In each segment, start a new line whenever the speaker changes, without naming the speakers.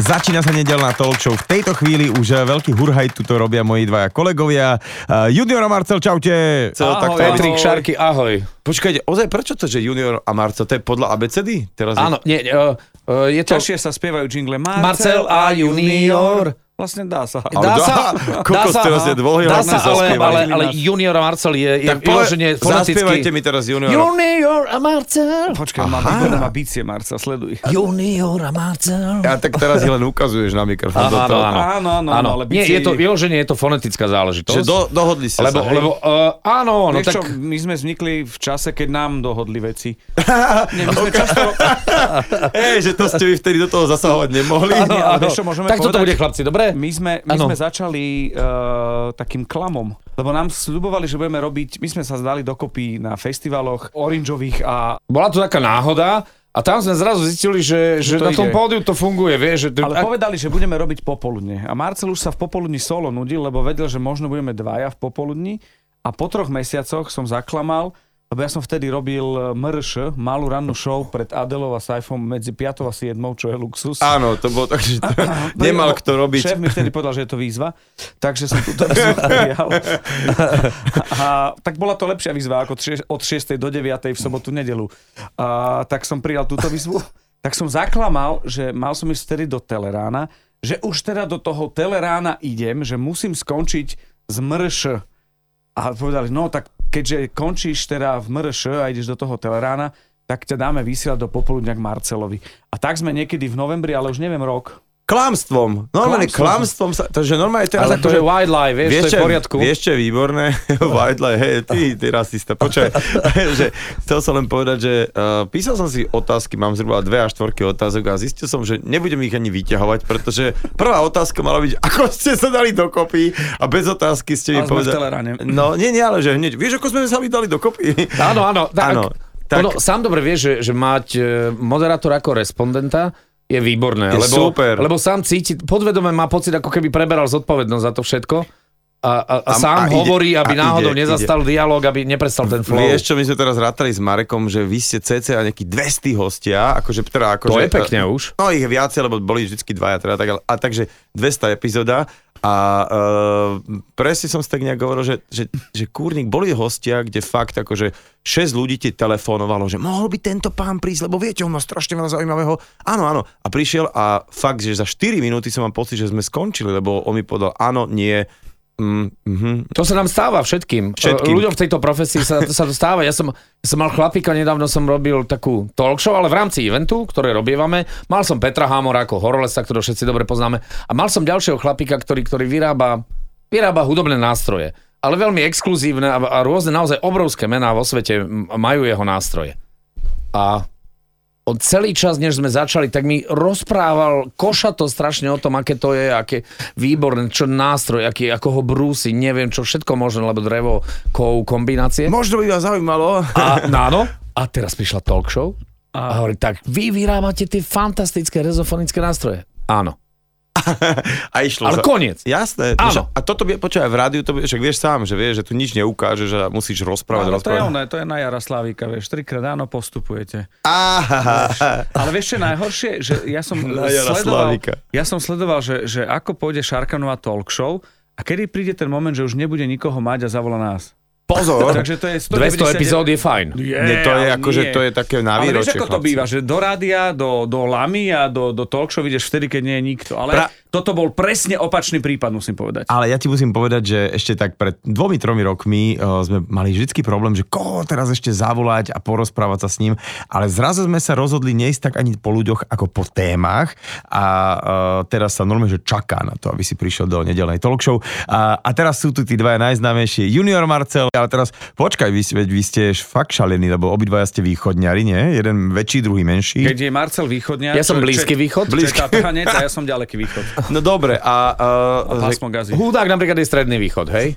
Začína sa nedelná talk show. V tejto chvíli už veľký hurhaj tu to robia moji dvaja kolegovia. Uh, junior a Marcel, čaute. Cel,
Ahoj,
takto-
Petrik Šarky, ahoj.
Počkajte, ozaj prečo to, že Junior a Marcel, to je podľa ABCD? Teraz je-
Áno, nie, uh, je to...
Ťažšie sa spievajú jingle
Marcel a junior.
Vlastne dá sa.
Ale dá- kokos, teraz je dlhý,
dá
ale
sa ale,
zaspievajú.
ale, ale Junior a Marcel je, je
Tak pole,
vyložene
zaspievajte
foneticky.
mi teraz Junior.
Junior a Marcel.
Počkaj, má,
Aha.
má bicie Marca, sleduj.
Junior a Marcel.
Ja tak teraz je len ukazuješ na mikrofón. do
Áno, áno,
toho.
no, áno.
Áno, áno, áno, ale
Nie, je
bicie-
to, vyloženie je to fonetická
Že
záležitosť.
do, dohodli ste
lebo,
sa, hej?
lebo, uh, áno, no
Vieš
tak...
čo, my sme vznikli v čase, keď nám dohodli veci. Nie, my sme často...
Hej, že to ste vy vtedy do toho zasahovať nemohli.
Áno,
Nie,
No,
ale
áno.
vieš čo, môžeme
tak toto
povedať?
bude, chlapci, dobre?
My sme, my
Áno.
sme začali uh, takým klamom, lebo nám slubovali, že budeme robiť, my sme sa zdali dokopy na festivaloch oranžových a
Bola to taká náhoda a tam sme zrazu zistili,
No
že, že
to
na tom
ide.
pódiu to funguje, vieš. Že to,
Ale
a-
povedali, že budeme robiť popoludne. A Marcel už sa v popoludní solo nudil, lebo vedel, že možno budeme dvaja v popoludní. A po troch mesiacoch som zaklamal, lebo ja som vtedy robil e, MRŠ, malú rannú show pred Adelou a Saifom medzi 5 a 7, čo je luxus. No,
Áno, to bolo tak, že to nemal kto robiť.
Šéf mi vtedy povedal, že je to výzva, takže som tu teraz materiál. A, tak bola to lepšia výzva ako tri, od 6. do 9. v sobotu, nedelu. A, tak som prijal túto výzvu. Tak som zaklamal, že mal som ísť vtedy do Telerána, že už teda do toho Telerána idem, že musím skončiť z MRŠ. A povedali, no tak keďže končíš teda v MRŠ a ideš do toho Telerána, tak ťa dáme vysielať do popoludňa k Marcelovi. A tak sme niekedy v novembri, ale už neviem rok.
Klamstvom. Normálne klamstvom.
Klamstvom.
sa, to, že normálne teraz
ale
akože-
to je wildlife, vieš, to je v
čo-
poriadku.
Vieš, čo je výborné? Vajdle, hej, ty, ty rasista. Počkaj, že chcel som len povedať, že uh, písal som si otázky, mám zhruba dve až štvorky otázok a zistil som, že nebudem ich ani vyťahovať, pretože prvá otázka mala byť, ako ste sa dali dokopy a bez otázky ste mi
Ale sme v
povedali.
Teleráne.
No, nie, nie, ale že hneď, vieš, ako sme sa my dali dokopy?
Áno, áno. Tak,
Áno, tak-
tak... Ono, sám dobre vieš, že, že mať e, moderátora ako respondenta je výborné.
Je
lebo,
super.
Lebo sám cíti, podvedome má pocit, ako keby preberal zodpovednosť za to všetko. A, a, a
A- a
sám
ide,
hovorí,
a
aby
ide,
náhodou
ide.
nezastal dialog, aby neprestal ten flow.
Vieš, čo my sme teraz rátali s Marekom, že vy ste cca nejakí 200 hostia, akože teda akože...
To je pekne už.
No ich je viacej, lebo boli vždycky dvaja, teda tak, ale- a takže 200 epizóda a e, presne som si tak nejak hovoril, že, že, že kúrnik, boli hostia, kde fakt akože 6 ľudí ti telefonovalo, že mohol by tento pán prísť, lebo viete, on má strašne veľa zaujímavého. Áno, áno. A prišiel a fakt, že za 4 minúty som mám pocit, že sme skončili, lebo on mi povedal áno, nie, mm, mhm,
To sa nám stáva všetkým.
Všetkým.
E, Ľuďom v tejto profesii sa, sa to stáva. Ja som, ja som mal chlapíka, nedávno som robil takú talk show, ale v rámci eventu, ktoré robievame, mal som Petra Hámora ako horolesa, ktorého všetci dobre poznáme. A mal som ďalšieho chlapíka, ktorý, ktorý vyrába, vyrába hudobné nástroje. Ale veľmi exkluzívne a, a rôzne naozaj obrovské mená vo svete m- majú jeho nástroje. A on celý čas, než sme začali, tak mi rozprával košato strašne o tom, aké to je, aké výborné, čo nástroj, aký, ako ho brúsi, neviem čo, všetko možné, lebo drevo, kov, kombinácie.
No.
Možno by vás zaujímalo.
A, no áno, a teraz prišla talk show a, hovorí, tak vy vyrábate tie fantastické rezofonické nástroje. Áno,
A išlo
ale
za-
koniec.
Jasné.
Áno.
Áno. A toto by, počúvaj, v rádiu, to by, však vieš sám, že vieš, že tu nič neukážeš a musíš rozprávať,
No, ale to je
rozprávať.
ono, to je na Jaroslávika, vieš, trikrát ráno postupujete.
Aha.
Ale vieš, čo je najhoršie? Že ja som
Na
sledoval,
Jaroslávika.
ja som sledoval že, že ako pôjde Šarkanová talk show a kedy príde ten moment, že už nebude nikoho mať a zavola nás.
Pozor.
Takže to je
200 epizód je fajn.
Je,
Nie, to je
ale
ako, že
nie.
to je také na
Ale vieš,
výročie,
ako to
chlapci.
býva, že do rádia, do, do lamy a do, do talk show ideš vtedy, keď nie je nikto. Ale
Pra-
toto bol presne opačný prípad, musím povedať.
Ale ja ti musím povedať, že ešte tak pred dvomi, tromi rokmi uh, sme mali vždycky problém, že koho teraz ešte zavolať a porozprávať sa s ním, ale zrazu sme sa rozhodli neísť tak ani po ľuďoch ako po témach a uh, teraz sa normálne, že čaká na to, aby si prišiel do nedelnej talk show. A, a teraz sú tu tí dvaja najznámejšie, Junior Marcel, ale teraz počkaj, vy, veď vy ste fakt šalení, lebo obidvaja ste východňari, nie? Jeden väčší, druhý menší.
Keď je Marcel východňar...
Ja som
čo-
Blízky
čo-
východ.
čo je Tatranec a ja som ďaleký východ.
No dobre, a...
A
Uh,
pásmo gazy.
Hudák napríklad je stredný východ, hej?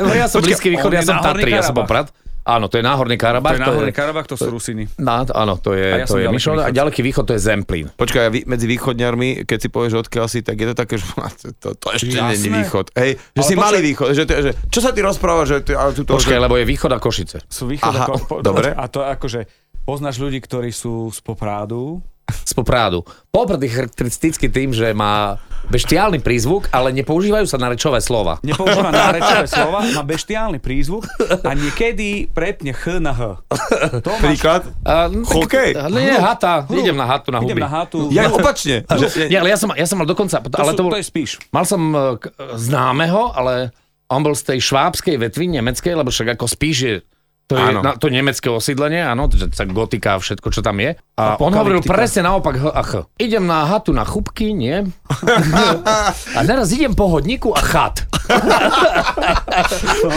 Lebo ja som
Počkaj,
blízky východ,
on
ja
je
som
na Horný
Tatry, ja som
Karabach.
Poprad. Áno, to je náhorný
To
Karabach.
je náhodný Karabach, to sú Rusiny.
No, áno, to
A
je,
ja
to
som
je
ďaleký
Mišo. A
východ.
ďaleký východ to je Zemplín.
Počkaj, a vy, medzi východňarmi, keď si povieš odkiaľ si, tak je to také, že a to, to, to ešte nie je
Jasné.
východ. Hej, že
Ale
si
počkaj-
malý východ. Že, to- že, čo sa ty rozprávaš? Že ty, a tu to,
Počkaj,
že,
lebo je východ a Košice.
Sú východ
Aha,
ako... po-
dobre.
A to je akože... Poznáš ľudí, ktorí sú z Poprádu,
z Poprádu. Poprad je charakteristický tým, že má beštiálny prízvuk, ale nepoužívajú sa na rečové slova.
Nepoužíva nárečové slova, má bestiálny prízvuk a niekedy prepne H na H. To máš,
Príklad?
A, no, tak-
Hokej.
Nie, hata. Idem na hatu, na huby.
idem na hatu.
Ja opačne. Že,
Nie, ale ja som, ja som mal dokonca...
to,
ale
sú, to,
bol-
je spíš.
Mal som e, k- známeho, ale on bol z tej švábskej vetvy nemeckej, lebo však ako spíš je to, je
Áno.
na, to nemecké osídlenie, áno, že tá gotika a všetko, čo tam je. A on hovoril
Apokalyptika.
presne naopak h a ch. Idem na hatu na chubky, nie? a teraz idem po hodníku a chat.
No.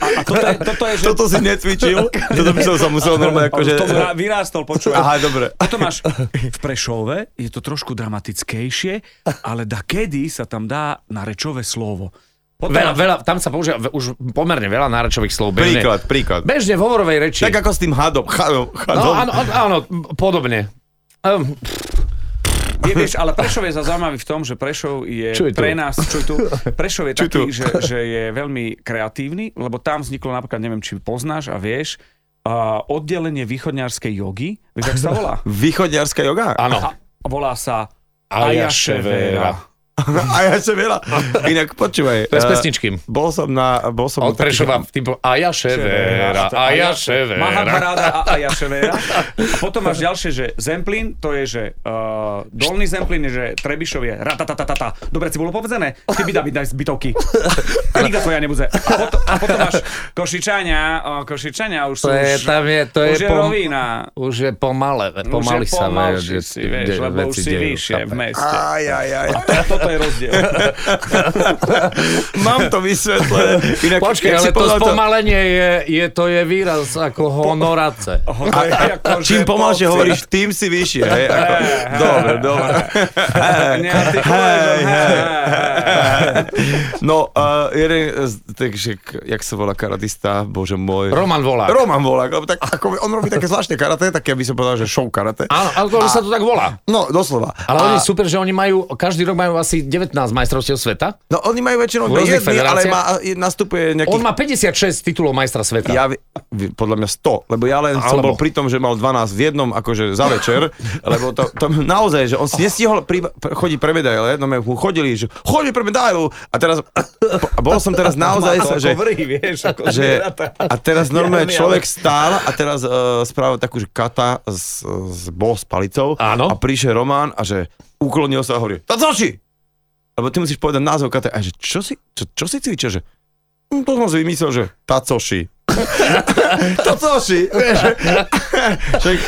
A toto je, toto je že...
toto si necvičil, toto by som sa musel normálne
Akože...
akože...
To vyrá- vyrástol, počujem.
Aha, dobre.
A to máš v Prešove, je to trošku dramatickejšie, ale da kedy sa tam dá na rečové slovo. Potom,
Veľa, veľa, tam sa používa ve- už pomerne veľa nárečových slov. Bežne,
Príklad, príklad.
bežne v hovorovej reči.
Tak ako s tým hadom. Chadom,
no,
chadom.
áno, áno, áno, podobne. Um,
Je, vieš, ale Prešov je za zaujímavý v tom, že Prešov je,
Čo je tu?
pre nás, čo je tu, Prešov je
Čo je
taký,
tu?
že, že je veľmi kreatívny, lebo tam vzniklo napríklad, neviem, či poznáš a vieš, a oddelenie východňarskej jogy, vieš, ak sa volá?
Východňarská joga?
áno.
A, a volá sa
Ayaševera.
Ayaševera.
A ja som veľa. Inak počúvaj.
To je z
eh,
pesničky.
Bol som na... Bol som na
Od
takých-
Prešova, typu Aja Ševera, Aja Ševera.
Mahabharata a Ayaševera. A potom máš ďalšie, že Zemplín, to je, že uh, dolný Zemplín je, že Trebišov je ratatatatata. Dobre si bolo povedzené? Ty by daj daj zbytovky. To nikto tvoja nebude. A potom, a potom máš Košičania, uh, Košičania už sú
To je,
už,
tam je, to je,
už je
pom-
rovina.
už je pomale, pomaly
už je
sa
pomalší
vie,
si, vieš, lebo už si vyššie v meste.
Aj, aj, aj.
A toto je rozdiel.
Mám to vysvetlené. Inak,
Počkej,
jak si
ale to
povedal
spomalenie je, je, to je výraz ako honorace.
Oh.
A, a, čím pomalšie hovoríš, tým si vyššie. Hej, ako, dobre, dobre.
Nie, ty
Hej,
hovoríš,
hej.
hej.
No, uh, jeden, z- takže, k- jak sa volá karatista, bože môj.
Roman volá.
Roman Volák, lebo tak, ako, on robí také zvláštne karate, také by som povedal, že show karate.
Áno, ale to, že sa to tak volá.
No, doslova.
Ale oni super, že oni majú, každý rok majú asi 19 majstrovstiev sveta.
No, oni majú väčšinou
V rôznych
jedny, ale
federáciách?
má, nastupuje nejakých...
On má 56 titulov majstra sveta.
Ja, vi- vi- podľa mňa 100, lebo ja len som
Alebo-
bol pri tom, že mal 12 v jednom akože za večer, lebo to, to naozaj, že on si nestihol pri, pre, chodiť pre medaile, no mu chodili, že chodí pre medailu a teraz, a bol som teraz naozaj, sa, že,
vrý, vieš, ako
že a teraz normálne
Ja, ja.
človek stál a teraz uh, spravil takú, že kata s, s bol s palicou
Áno.
a prišiel Román a že uklonil sa a hovorí, Tatsushi! Lebo ty musíš povedať názov kata a že čo si, čo, čo si cvičia, že "Hm, to som si vymyslel, že Tatsushi. Tatsushi! Vieš, že- Však,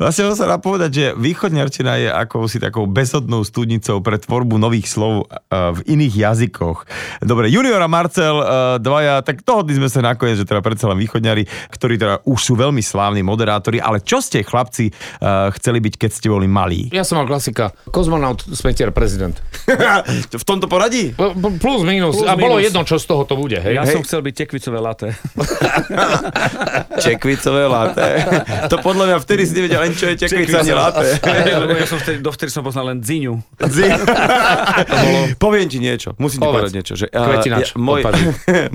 vlastne musím sa dá povedať, že východňarčina je akousi takou bezodnou studnicou pre tvorbu nových slov eh, v iných jazykoch. Dobre, Junior a Marcel, eh, dvaja, tak dohodli sme sa nakoniec, že teda predsa len východňari, ktorí teda už sú veľmi slávni moderátori, ale čo ste chlapci eh, chceli byť, keď ste boli malí?
Ja som mal klasika. Kozmonaut, smetier, prezident.
v tomto poradí?
P- p- Plus, minus.
Plus,
A bolo
minus.
jedno, čo z toho to bude, hej?
Ja
Hej.
som chcel byť tekvicové laté.
Čekvicové laté. To podľa mňa vtedy si nevedel len, čo je čekvica, ani laté.
Lebo ja som vtedy, dovtedy som poznal len Dziňu.
Dzi- Poviem ti niečo, musím ti
Povedz.
povedať niečo. Že, a,
Kvetinač,
môj,
odpadni.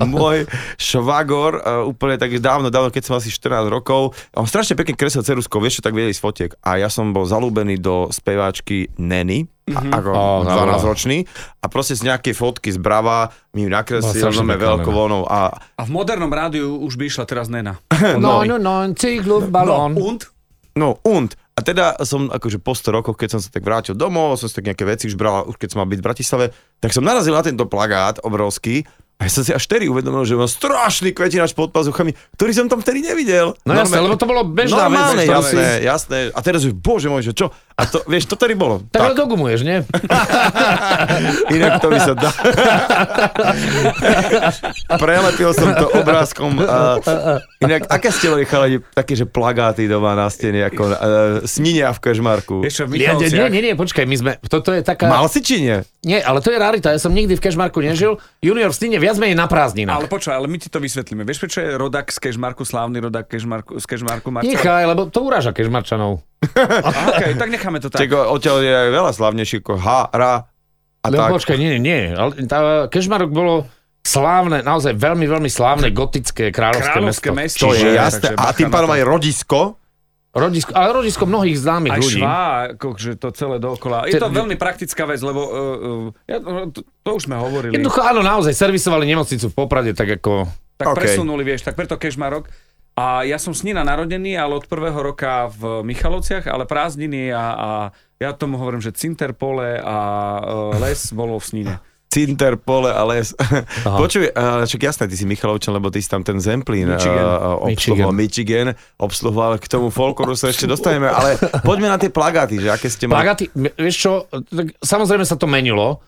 môj švagor, a, úplne tak dávno, dávno, keď som mal asi 14 rokov, on strašne pekne kreslil ceruskou, vieš čo tak vedeli z fotiek. A ja som bol zalúbený do speváčky Neny,
Mhm.
mm-hmm. ako
Ó,
oh,
dobrá.
12 ročný a proste z nejakej fotky z Brava mi ju nakreslil
Bola strašne
veľmi
pekná
veľkou
Nena.
vlnou a
A v modernom rádiu už by išla teraz Nena.
No, no, no, cyklu, balón.
und?
No, und. A teda som akože po 100 rokoch, keď som sa tak vrátil domov, som si tak nejaké veci už bral, už keď som mal byť v Bratislave, tak som narazil na tento plagát obrovský a ja som si až vtedy uvedomil, že mám strašný kvetinač pod pazuchami, ktorý som tam vtedy nevidel.
No jasné, lebo to bolo bežná vec.
Normálne,
ktorú
jasné, jasné. A teraz už, bože môj, že čo? A to, vieš, to tady bolo.
Tak, ale
Tak,
dogumuješ, nie?
inak to by sa dá. Prelepil som to obrázkom. A inak, aké ste boli chalani, také, že plagáty doma na stene, ako uh, snenia v kežmarku?
Vieš čo, v
Nie, nie, nie,
Michalciach.
nie, nie, počkaj, my sme, toto je taká,
Mal si či nie?
nie, ale to je rarita, ja som nikdy v Kešmarku nežil, junior v Stine viac menej na prázdninách.
Ale počkaj, ale my ti to vysvetlíme. Vieš, prečo je rodak z Kežmarku, slávny rodak Kežmarku, z Kežmarku Marcel?
Nechaj, lebo to uráža Kešmarčanov.
Aha, okay, tak necháme to tak.
Čeko, odtiaľ je aj veľa slavnejší ako ha, ra a
Lebo
tak.
počkaj, nie, nie, nie, ale tá, Kešmarok bolo slávne, naozaj veľmi, veľmi slávne gotické kráľovské,
Kráľovské
mesto.
mesto.
To je
Čiže-
jasné.
takže
A
bacha
tým
na
pádom
to.
aj rodisko.
Rodisko, ale rodisko mnohých známych
Aj
ľudí.
švá, akože to celé dookola.
Te-
Je to veľmi praktická vec, lebo uh, uh, ja, to, to už sme hovorili.
Jednoducho, áno, naozaj, servisovali nemocnicu v Poprade, tak ako...
tak
OK.
presunuli, vieš, tak preto Kešmarok. A ja som s Nina narodený, ale od prvého roka v Michalovciach, ale prázdniny a, a ja tomu hovorím, že Cinterpole a e, les bolo v Snine.
Cinter, pole a les. Počuj, eh, však jasné, ty si Michalovčan, lebo ty si tam ten Zemplín eh,
Michigan.
obsluhoval, Michigan obsluhoval, k tomu folkloru sa ešte dostaneme, ale poďme na tie plagáty, že aké ste mali.
Plagaty, vieš čo, tak samozrejme sa to menilo.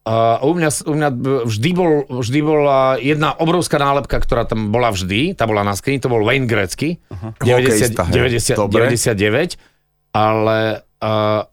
A u mňa, u mňa vždy, bol, vždy bola jedna obrovská nálepka, ktorá tam bola vždy, tá bola na skrini, to bol Wayne Grecky,
Hokejista, hej.
90, 90,
Dobre.
99, ale uh,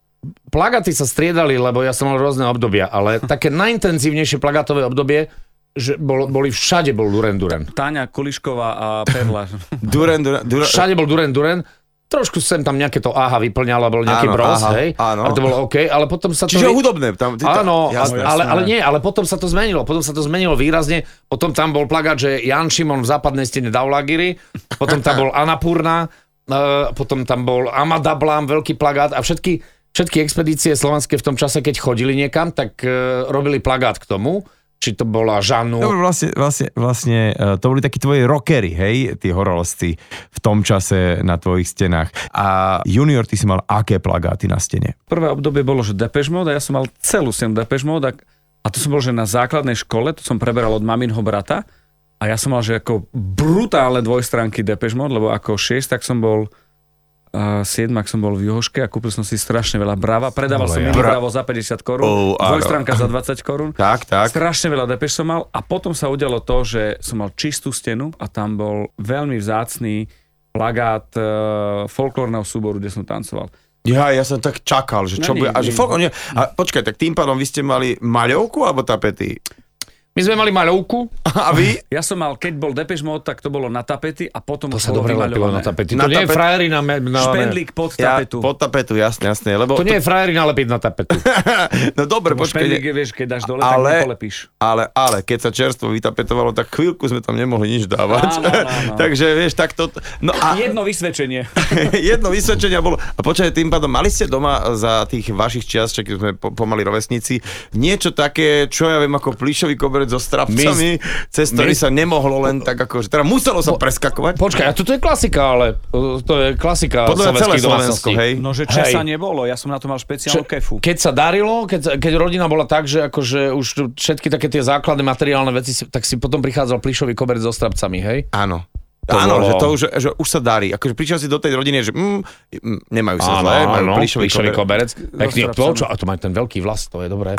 plagaty sa striedali, lebo ja som mal rôzne obdobia, ale
Hm.
také najintenzívnejšie plagatové obdobie, že bol, boli všade bol Duran Duran.
Táňa Kulišková a Perla.
Duran, Duran, Duran,
Všade bol Duran Duran, trošku sem tam nejaké to aha vyplňalo, bol nejaký
Áno,
bros,
aha,
hej,
áno.
ale to bolo OK, ale potom sa to...
čiže hudobné. Tam, ty,
Áno,
tá, jasné.
a- ale, ale nie, ale potom sa to zmenilo, potom sa to zmenilo výrazne, potom tam bol plagát, že Jan Šimon v západnej stene Daulagiry, potom tam bol Anapurna, e, potom tam bol Amadablám, veľký plagát a všetky, všetky expedície slovenské v tom čase, keď chodili niekam, tak e, robili plagát k tomu, či to bola Žanu,
Dobre, vlastne, vlastne, vlastne eh, to boli takí tvoji rockery, hej, tí horolosci v tom čase na tvojich stenách. A junior, ty si mal aké plagáty na stene?
Prvé obdobie bolo, že Depeche Mode a ja som mal celú sem Depeche Mode a, a to som bol, že na základnej škole, to som preberal od maminho brata a ja som mal, že ako brutálne dvojstránky Depeche Mode, lebo ako šiestak som bol a siedmak som bol v Juhoške a kúpil som si strašne veľa brava. Predával som mini
Bra-
bravo za 50 korún,
Oh, áno.
dvojstránka za 20 korún.
Tak, tak.
Strašne veľa depeš som mal a potom sa udialo to, že som mal čistú stenu a tam bol veľmi vzácný plagát e, folklórneho súboru, kde som tancoval.
Ja, ja som tak čakal, že čo
No nie,
bude. A, že
nie.
folk, nie, a počkaj, tak tým pádom vy ste mali maľovku alebo tapety?
my sme mali maľovku,
A vy?
Ja som mal, keď bol Depeche Mode, tak to bolo na tapety a potom
to sa
už bolo
dobre lepilo na
vymaľované.
tapety,
Na
to nie je
tapet-
frajery na... me- na
Špendlík pod tapetu.
pod tapetu, jasne, jasne. Lebo
to nie je frajery nalepiť na tapetu.
no dobre, počkaj.
Špendlík,
ne-
je, vieš, keď dáš dole,
Ale-
ale... tak nepolepíš.
Ale, ale keď sa čerstvo vytapetovalo, tak chvíľku sme tam nemohli nič dávať.
Áno, áno, áno.
Takže vieš, tak to... No a
Jedno vysvedčenie.
jedno vysvedčenie bolo. A počkaj, tým pádom, mali ste doma za tých vašich čias, čo keď sme po, pomali rovesníci, niečo také, čo ja viem, ako plíšový koberec so strapcami, cez ktorý
my-
sa nemohlo len tak ako... Že teda muselo sa preskakovať.
Počkaj, a toto je klasika, ale uh, to je klasika
Podľa mňa celé
slovenských
Slovensko,
domácností.
hej.
No, že
Hej.
časa nebolo, ja som na to mal
Čo-
špeciálnu kefu.
Keď sa darilo, keď, sa- keď rodina bola tak, že akože už tu všetky také tie základné materiálne veci, si- tak si potom prichádzal plišový koberec so strapcami, hej?
Áno.
To
áno,
bolo-
že to už, že už sa darí. Akože prišiel si do tej rodiny, že mm, mm, nemajú sa zle, majú plišový
plišový
koberec.
koberec. Pekný
strapcami.
obtloč, a to má ten veľký vlast, to je dobré.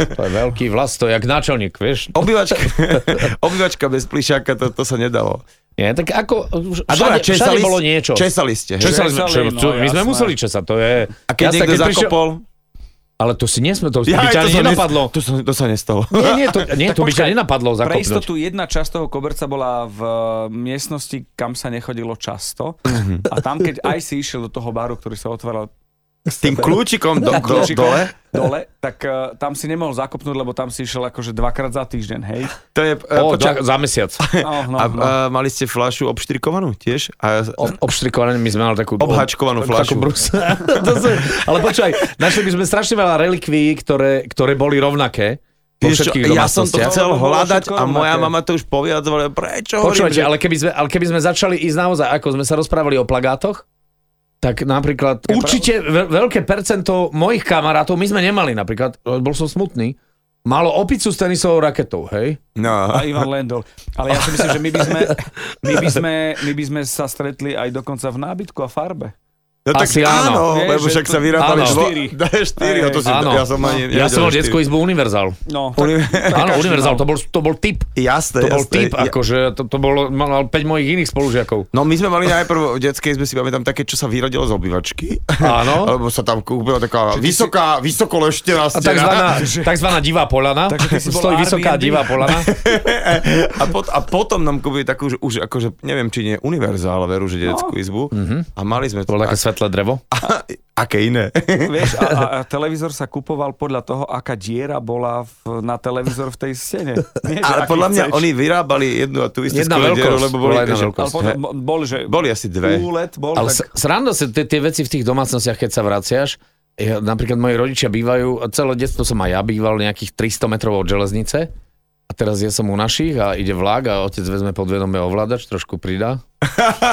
To je veľký vlast, to je jak náčelník, vieš?
Obývačka, obývačka bez plišáka, to, to sa nedalo.
Nie, tak ako, už-
A dobre,
všade, všade
česali,
bolo niečo.
Česali ste, hej?
Česali sme,
Česali,
čo-
no,
čo- my sme
jasné.
museli česať, to je...
A keď niekto zakopol...
Ale to si nesme, to by
Jaj,
ťa
to,
ani
sa nes-
nenapadlo.
to, sa, to sa nestalo.
Nie, nie, to, nie,
Tak
to by ťa
počkaj,
nenapadlo
Pre
zakopnúť.
istotu jedna časť toho koberca bola v eh, miestnosti, kam sa nechodilo často.
Mhm.
A tam, keď aj si išiel do toho baru, ktorý sa otváral
S tým kľúčikom do, do,
kľúčikom
dole.
dole, tak eh, tam si nemohol zakopnúť, lebo tam si išiel akože dvakrát za týždeň, hej?
To je, e,
O,
počkaj,
dva, za mesiac.
Oh, no,
a,
eh,
no.
a, mali ste fľašu obštrikovanú tiež? A,
Ob, obštrikované, my sme mali takú...
Obhačkovanú fľašu.
Takú brus. to sú, ale počkaj, našli by sme strašne veľa relikví, ktoré, ktoré boli rovnaké. Vo
Vieš čo,
všetkých
ja som to
domácnostiach.
chcel
Lebo bolo
hľadať
všetko
a moja
rovnaké.
mama to už poviadzovala, prečo hovorím,
Počúvajte,
že
ale keby, sme, ale keby sme začali ísť naozaj, ako sme sa rozprávali o plagátoch, tak napríklad určite ve- veľké percento mojich kamarátov, my sme nemali napríklad, bol som smutný, malo opicu s tenisovou raketou, hej?
No.
a Ivan Lendl. Ale ja si myslím, že my by, sme, my, by sme, my by sme sa stretli aj dokonca v nábytku a farbe.
No tak
Asi
áno,
áno.
Vieš,
lebo
že
však
to-
sa vyrábali
Áno.
dvo-
Štyri.
Da, štyri,
Hej,
a to si,
áno.
ja som ani
Ja som
nevedel,
mal
že
detskú
štyri.
izbu Univerzál.
No, tak,
Uni-
Áno,
každý
Univerzál,
mal.
to bol, to bol typ.
Jasné,
To bol
jasné.
typ,
Ja-
akože to, to bolo, mal 5 mojich iných spolužiakov.
No my sme mali najprv v detskej izbe si pamätám také, čo sa vyrodilo z obývačky.
Áno.
Lebo sa tam kúpila taká vysoká, vysoko leštená
A
stena.
takzvaná, takzvaná divá polana.
Takže ty si bol
Stojí vysoká
Airbnb.
divá polana.
A, pot, a potom
No.
nám kúpili takú, že už akože, neviem, či nie univerzál, veru, že detskú izbu. A mali sme
To bola taká svetlé drevo?
A, aké iné?
Vieš, a, a, a televízor sa kupoval podľa toho, aká diera bola v, na televízor v tej stene. Nie, že
Ale
aký
podľa mňa
chceš.
oni vyrábali jednu a tú istú
Jedna
skvelú dieru,
veľkosť,
lebo boli,
bola jedna
že,
veľkosť.
Ale potom bo- bol, že...
boli asi dve.
Úlet bol,
Ale
tak...
tak... sranda sa tie, tie veci v tých domácnostiach, keď sa vraciaš, ja, napríklad moji rodičia bývajú, celé detstvo som aj ja býval nejakých 300 metrov od železnice a teraz ja som u našich a ide vlak a otec vezme podvedomé ovládač, trošku pridá,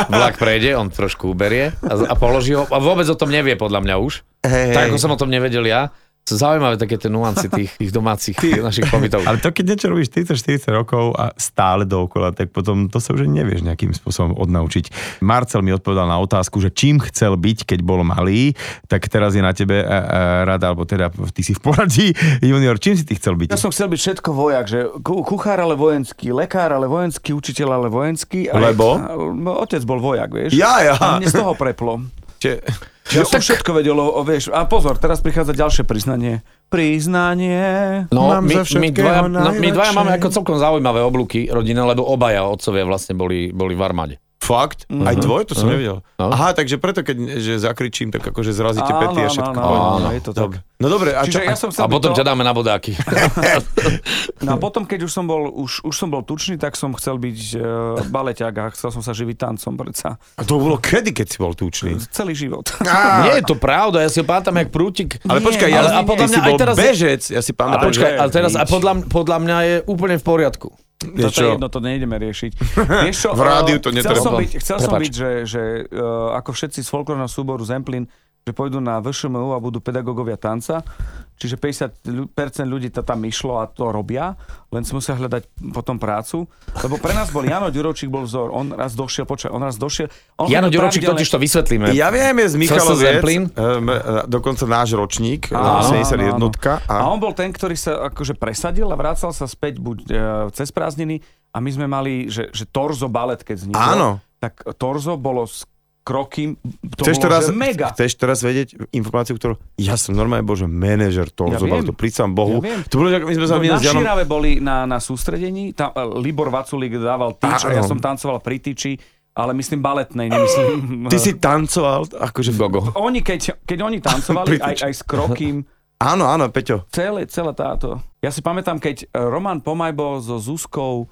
vlak prejde, on trošku uberie a, a položí ho a vôbec o tom nevie podľa mňa už.
Hej,
Tak ako som o tom nevedel ja, sú zaujímavé také tie nuancy tých, tých domácich našich pobytov.
Ale to, keď niečo robíš 30-40 rokov a stále dookola, tak potom to sa už ani nevieš nejakým spôsobom odnaučiť. Marcel mi odpovedal na otázku, že čím chcel byť, keď bol malý, tak teraz je na tebe e, e, rada, alebo teda ty si v poradí, junior, čím si ty chcel byť?
Ja som chcel byť všetko vojak, že ku- kuchár ale vojenský, lekár ale vojenský, učiteľ ale vojenský. A
Lebo?
A, môj otec bol vojak, vieš.
Ja, ja.
A mne z toho preplo.
Čiže-
Ja
No
som všetko vedel, o, o, vieš. A pozor, teraz prichádza ďalšie priznanie. Priznanie.
No,
Mám
my,
za
my,
všetkého
dvaja, no, my dvaja
najradšej.
máme ako celkom zaujímavé oblúky rodinné, lebo obaja otcovia vlastne boli, boli v armáde.
Fakt? Aj dvoje? To som nevedel.
Mhm. No.
Aha, takže preto, keď že zakričím, tak akože zrazíte
Áno,
pety a
áno,
všetko.
áno,
Áno.
je to tak.
Dobre. No dobre, a čo?
Čiže ja som chcel
A
byť
potom
to-
ťa dáme na bodáky.
No a potom, keď už som bol, už, už som bol tučný, tak som chcel byť e, baleťák a chcel som sa živiť tancom predsa.
A to bolo kedy, keď si bol tučný?
Celý život.
Nie je to pravda, ja si ho pamätám jak prútik.
Ale počkaj,
ale-
ja,
a podľa
ty si
mňa aj
bol
teraz je-
bežec, ja si
A
pamätám,
počkaj,
že-
ale teraz, a podľa, podľa mňa je úplne v poriadku.
Je
To je
čo?
jedno, to nejdeme riešiť. Vieš čo,
V rádiu to
eh,
netreba.
Chcel som byť, chcel som
Prepač.
byť že, že eh, ako všetci z folklórneho súboru Zemplín, že pôjdu na VŠMU a budú pedagógovia tanca, čiže 50% ľu- percent ľudí to tam išlo a to robia, len si musia hľadať potom prácu, lebo pre nás bol Jano Ďuročík bol vzor, on raz došiel, počkaj, on raz došiel. On
Jano
chodil
Ďuročík
pravidelne-
totiž to vysvetlíme.
Ja viem, je z
Zase
Michaloviec,
Zemplín?
ehm, e, dokonca náš ročník,
Áno,
áno, 71
áno, áno.
a,
A on bol ten, ktorý sa akože presadil a vrácal sa späť buď e, cez prázdniny a my sme mali, že, že Torzo balet, keď vznikol.
Áno.
Tak Torzo bolo s krokým, to
chceš,
bolo
teraz,
že mega.
chceš teraz vedieť informáciu, ktorú... Ja som normálne bol, že manažer toho
Ja
ja
viem.
to prísam Bohu.
Ja viem. No
to bolo, že my sme sa
na
minus Janom...
Širave boli na, na sústredení, tam e, Libor Vaculík dával tyč a ja
Áno.
som tancoval pri tyči, ale myslím baletnej, nemyslím.
Ty si tancoval, akože... Gogo.
Oni, keď, keď oni tancovali
Pri
aj,
tyči.
aj s krokým,
Áno, áno, Peťo.
celé, celá táto. Ja si pamätám, keď e, Roman Pomajbo so Zuzkou,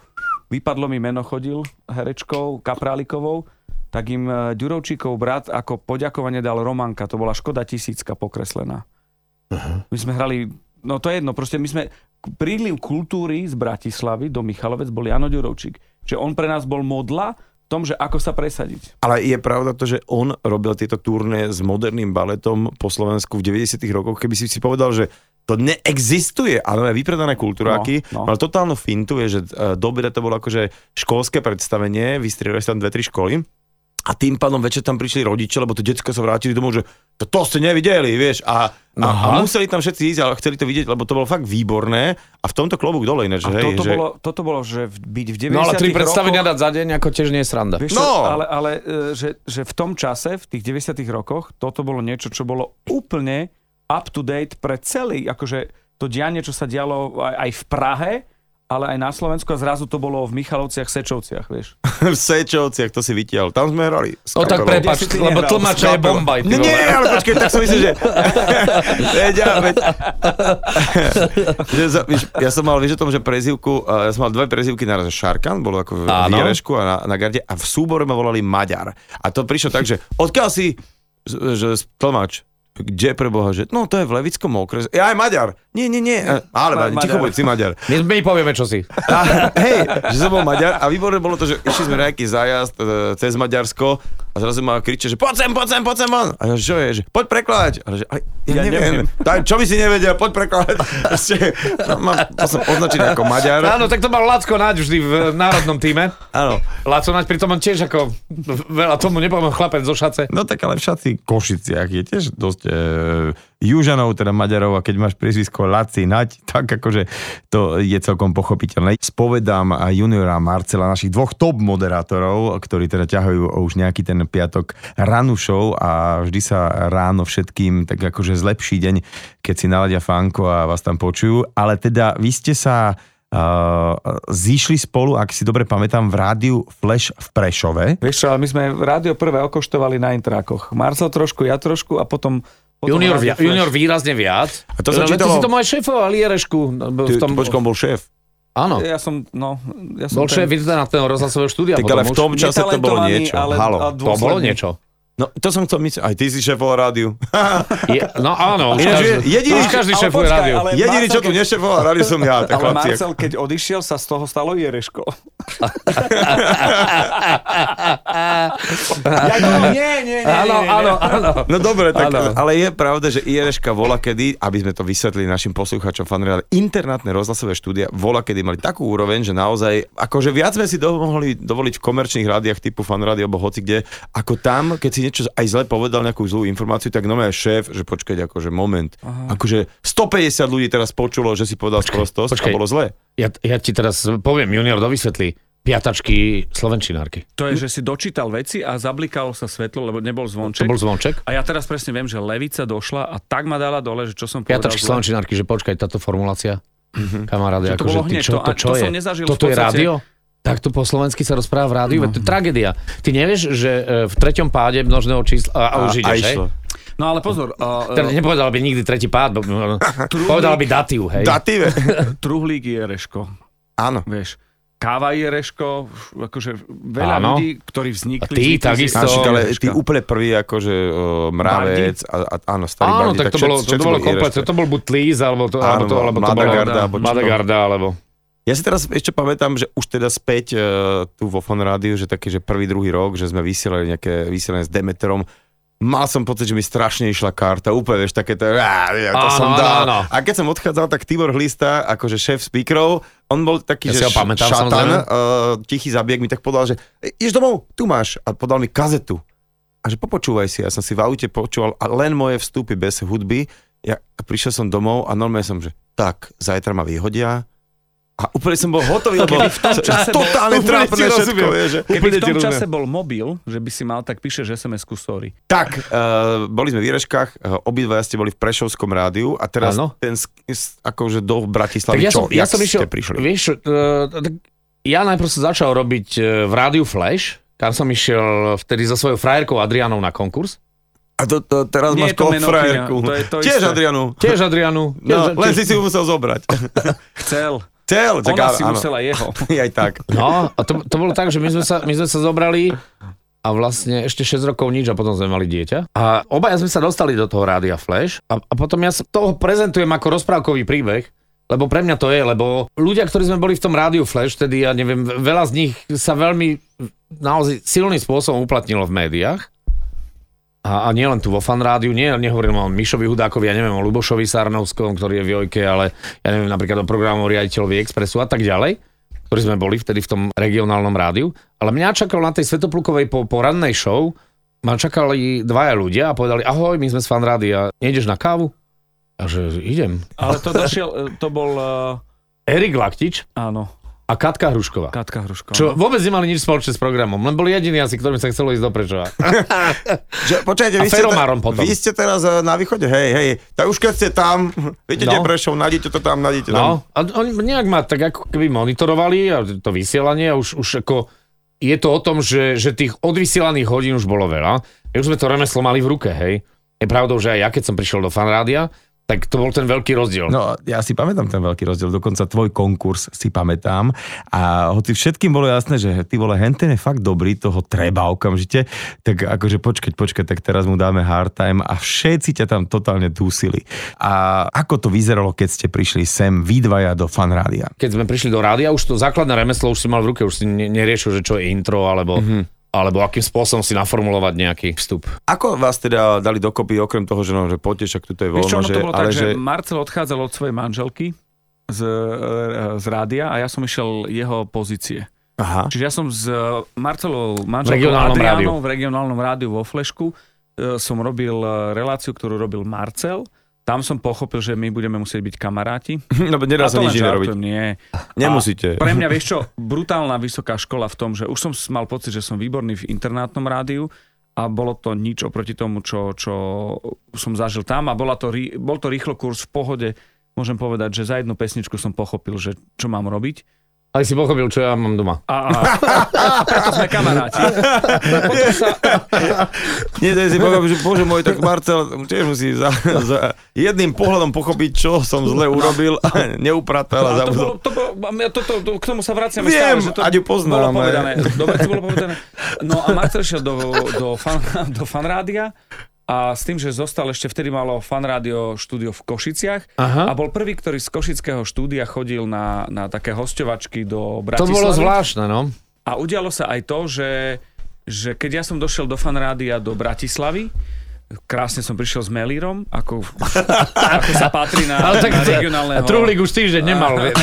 vypadlo mi meno chodil, herečkou Kaprálikovou, tak im e, Ďurovčíkov brat ako poďakovanie dal Romanka. To bola Škoda tisícka pokreslená. Uh-huh. My sme hrali, no to je jedno, proste my sme k- príliv kultúry z Bratislavy do Michalovec bol Jano Ďurovčík. Čiže on pre nás bol modla v tom, že ako sa presadiť.
Ale je pravda to, že on robil tieto turné s moderným baletom po Slovensku v 90 rokoch. Keby si si povedal, že to neexistuje, ale máme vypredané kultúráky,
No,
no,
no.
no. mal totálnu fintu, je, že e, dobre to bolo akože školské predstavenie, vystriedali sa tam dve, tri školy a tým pádom večer tam prišli rodičia, lebo to detsko sa vrátili domov, že to, to ste nevideli, vieš, a, a, a
Aha.
museli tam všetci ísť, ale chceli to vidieť, lebo to bolo fakt výborné a v tomto klobúk dole ináč,
A
hej,
toto,
že...
bolo, toto bolo, že v- byť v 90
No ale tri
rokoch...
predstavenia dať za deň, ako tiež nie je sranda.
Vieš,
No!
no. Ale, ale e, že, že v tom čase, v tých 90 rokoch, toto bolo niečo, čo bolo úplne up to date pre celý, akože to dianie, čo sa dialo aj, aj v Prahe, ale aj na Slovensku a zrazu to bolo v Michalovciach, Sečovciach, vieš.
v Sečovciach, to si vytiahol, tam sme hrali. s
No tak
kapelou.
prepač,
Kde si ty
lebo
nehral?
tlmača je
Kapelou.
bombaj.
no, Nie, nie, ale počkaj, tak som myslel, že... veď, ja, veď, že za, víš, ja som mal, vieš o tom, že prezivku, eh, ja som mal dve prezivky naraz, že Šarkan, bolo ako v
Áno.
Vierešku a na, na garde, a v súbore ma volali Maďar. A to prišlo tak, že odkiaľ si, Z- že z- tlmač, kde pre Boha, že no to je v Levickom okrese. Ja aj Maďar. Nie, nie, nie. eh, Ale
Ma-
ma, ticho
Maďar.
buď, si Maďar.
My, my povieme, čo si.
A, hej, že som bol Maďar a výborné bolo to, že išli sme na nejaký zájazd e, cez Maďarsko a zrazu ma kriče, že poď sem, poď sem, poď sem von. A ja, čo je, že poď prekladať. A ja, že, ale ja, ja neviem. neviem. Daj, čo by si nevedel, poď prekladať. Proste, no, mám, to som označený ako Maďar.
Áno, tak to mal Lacko Naď vždy v e, národnom týme.
Áno.
Laco Naď pritom on tiež ako veľa tomu nepomám chlapec zo šace.
No tak ale v šaci Košiciach je tiež dosť e, južanov, teda Maďarov, a keď máš priezvisko Laci Nať, tak akože to je celkom pochopiteľné. Spovedám a juniora Marcela, našich dvoch top moderátorov, ktorí teda ťahajú už nejaký ten piatok ranu show a vždy sa ráno všetkým tak akože zlepší deň, keď si naladia fánko a vás tam počujú. Ale teda vy ste sa e, Uh, zišli spolu, ak si dobre pamätám, v rádiu Flash v Prešove.
Vieš čo, ale my sme rádio prvé okoštovali na intrákoch. Marcel trošku, ja trošku a potom... potom
Junior, via,
Rádio Flash.
junior výrazne viac.
A to sa
Lebo
čítalo-
si tomu aj šéfoval Jerešku. no,
Ty,
v tom,
počkom, bol šéf.
áno,
Ja som, no, ja som
bol šéf internáteho rozhlasového štúdia.
Tak
potom
ale v
už.
tom čase to bolo
netalentovaný,
niečo.
ale-
Halo.
a
To bolo
dôsledný.
niečo.
No, to som chcel myslieť. Aj ty si šéfoval rádiu.
Je, no áno, už
Ináč
každý,
je- jediný-
už každý
Ale
šéfuje
počkaj,
rádiu.
ale
Jediný, čo
Marcel,
tu
keď-
nešefoval rádiu, som ja. Tak
Ale
chlapci,
Marcel, keď odišiel, sa z toho stalo Jereško. ja, no, nie, nie, nie,
Áno,
nie, nie,
áno, áno.
No dobre, tak,
Áno.
ale je pravda, že IRŠka vola kedy, aby sme to vysvetlili našim poslucháčom fanreale, internátne rozhlasové štúdia vola kedy mali takú úroveň, že naozaj, akože viac sme si do, mohli dovoliť v komerčných rádiach typu fanrádio alebo hoci kde, ako tam, keď si niečo aj zle povedal, nejakú zlú informáciu, tak nové šéf, že počkať, akože moment, Aha. akože 150 ľudí teraz počulo, že si povedal sprostosť a
počkaj.
bolo zle.
Ja, ja ti teraz poviem, junior dovysvetlí. Piatačky slovenčinárky.
To je, že si dočítal veci a zablikalo sa svetlo, lebo nebol
To
zvonček.
bol zvonček.
A ja teraz presne viem, že levica došla a tak ma dala dole, že čo som povedal.
Piatačky
zle.
slovenčinárky, že počkaj, táto formulácia. Kamaráde,
Že to
akože
bolo
ty
hneď,
čo,
to-
to
a-
čo
to
je?
som nezažil
Toto
v
je
podstate.
rádio? No. Tak to po slovensky sa rozpráva v rádiu, veď to je tragédia. Ty nevieš, že e, v treťom páde množného čísla... A, a už ideš, hej?
išlo.
No ale pozor, a,
Teda
e,
nepovedal by nikdy tretí pád, bo, povedal by datiu, hej?
Dative.
truhlík je reško,
Áno.
vieš. Káva je reško, akože veľa
Áno.
ľudí, ktorí vznikli...
A ty
vznikli z-
takisto.
Náš, ale
Jereška.
ty úplne prvý akože uh, mravec a, a, áno, starý
Áno,
Bardi,
tak to bolo,
všetci-
to
všetci
bolo
boli
komplet,
IRŠ.
to bol buď Tlís, alebo to, alebo
Áno,
to, alebo to bolo...
Madagarda, alebo čo to-
Madagarda, alebo...
Ja si teraz ešte pamätám, že už teda späť e, tu vo Fon Rádiu, že taký, že prvý, druhý rok, že sme vysielali nejaké vysielanie s Demeterom, mal som pocit, že mi strašne išla karta, úplne, vieš, také to, á, ja to
Áno,
som
áno,
dal.
áno.
A keď som odchádzal, tak Tibor Hlista, akože šéf speakerov, on bol taký,
Ja si
že
ho pamätám,
šatan,
samozrejme.
uh, tichý zabiek mi tak podal, že ideš domov, tu máš, a podal mi kazetu. A že popočúvaj si, ja som si v aute počúval a len moje vstupy bez hudby, ja a prišiel som domov a normálne som, že tak, zajtra ma vyhodia, a úplne som bol hotový, lebo v tom
čase bol-
totálne
úplne ti
trápne všetko,
rozumiem.
vieš, že...
Keby
Úplne
v tom
ti rozumiem.
čase bol mobil, že by si mal, tak píšeš SMS-ku sorry.
Tak, uh, boli sme v Jireškách, uh, obidva ste boli v Prešovskom rádiu a teraz
Áno.
ten sk- s- akože do Bratislavy,
Tak ja som,
čo?
ja
Jak
som išiel,
ste prišli?
vieš, e, tak ja najprv som začal robiť e, v rádiu Flash, kam som išiel vtedy so svojou frajerkou Adrianou na konkurs.
A to, to, teraz
Nie
máš
je to
koho
meno
frajerku.
kňa, to je to
Tiež
isté.
Adrianu.
Tiež Adrianu. Tiež,
No, len si si ju musel zobrať.
Chcel.
Cel, tak
Ona
áno,
si
áno.
musela jeho.
Aj tak.
no a to, to bolo tak, že my sme, sa, my sme sa zobrali a vlastne ešte 6 rokov nič a potom sme mali dieťa. A obaja sme sa dostali do toho rádia Flash a, a potom ja sa toho prezentujem ako rozprávkový príbeh, lebo pre mňa to je, lebo ľudia, ktorí sme boli v tom rádiu Flash, tedy ja neviem, veľa z nich sa veľmi naozaj silným spôsobom uplatnilo v médiách. A, a nielen tu vo fanrádiu, nie, nehovorím o Mišovi Hudákovi, ja neviem o Lubošovi Sarnovskom, ktorý je v Jojke, ale ja neviem napríklad o programu riaditeľovi Expressu a tak ďalej, ktorí sme boli vtedy v tom regionálnom rádiu. Ale mňa čakal na tej Svetoplukovej po, po rannej show, ma čakali dvaja ľudia a povedali, ahoj, my sme z fanrádia, nejdeš na kávu? A že idem.
Ale to
e,
došiel, to bol... eh,
Erik Laktič
Áno,
a Katka Hrušková.
Katka Hruško.
Čo vôbec nemali nič spoločné s programom, len boli jediní asi, ktorým sa chcelo ísť do Prešova.
Že, počkajte,
A
vy ste,
Feromárom potom.
vy ste teraz eh, na východe, hej, hej. Tak už keď ste tam, viete, kde
No.
je Prešov, nájdete to tam, nájdete tam.
No, a oni nejak ma tak ako keby monitorovali a to vysielanie a už, už ako je to o tom, že, že tých odvysielaných hodín už bolo veľa. My už sme to remeslo mali v ruke, hej. Je pravdou, že aj ja, keď som prišiel do fanrádia, tak to bol ten veľký rozdiel.
No,
No.
ja si pamätám ten veľký rozdiel, dokonca tvoj konkurs si pamätám. A hoci všetkým bolo jasné, že ty vole, Henten je fakt dobrý, toho treba okamžite, tak akože počkať, počkať, tak teraz mu dáme hard time a všetci ťa tam totálne dúsili. A ako to vyzeralo, keď ste prišli sem vy dvaja do fanrádia?
Keď sme prišli do rádia, už to základné remeslo už si mal v ruke, už si ne- neriešil, že čo je intro, alebo, mm-hmm. alebo akým spôsobom si naformulovať nejaký vstup.
Ako vás teda dali dokopy, okrem toho, že, no, že poďte, však tu je
Vieš
voľno,
čo, ono
že,
to bolo
ale
tak,
že...
že Marcel odchádzal od svojej manželky z, e, z rádia a ja som išiel jeho pozície.
Aha.
Čiže ja som s e, Marcelou manželkou
regionálnom rádiu.
Adriánou v regionálnom rádiu vo Flešku e, som robil e, reláciu, ktorú robil Marcel. Tam som pochopil, že my budeme musieť byť kamaráti.
No, nedá
A
sa
to len
nič iné robiť.
žartujem, nie.
Nemusíte.
Pre mňa, vieš čo, brutálna vysoká škola v tom, že už som s- mal pocit, že som výborný v internátnom rádiu a bolo to nič oproti tomu, čo, čo som zažil tam a bola to, rý- bol to rýchlo kurz v pohode, môžem povedať, že za jednu pesničku som pochopil, že čo mám robiť.
Ale si pochopil, čo ja mám doma.
A, a, a preto sme kamaráti.
Nie, to si poviem, že bože môj, tak Marcel tiež musí za, za jedným pohľadom pochopiť, čo som zle urobil a neupratal a
Ale to bolo,
zabudol.
to bolo, a ja to, to, to, k tomu sa vraciame
Viem,
stále, že to
Aďu
bolo
poznám.
povedané.
hej.
Dobre, to bolo povedané. No a Marcel šiel do, do, fan, do fanrádia a s tým, že zostal ešte vtedy malo fanrádio štúdio v Košiciach a
Aha.
bol prvý, ktorý z košického štúdia chodil na, na také hostovačky
To
do Bratislavy.
bolo zvláštne, no.
A udialo sa aj to, že, že keď ja som došiel do fanrádia do Bratislavy, krásne som prišiel s Melírom, ako, ako sa patrí na,
Ale tak
na
to-
regionálneho...
Truhlík už týždeň nemal. vie.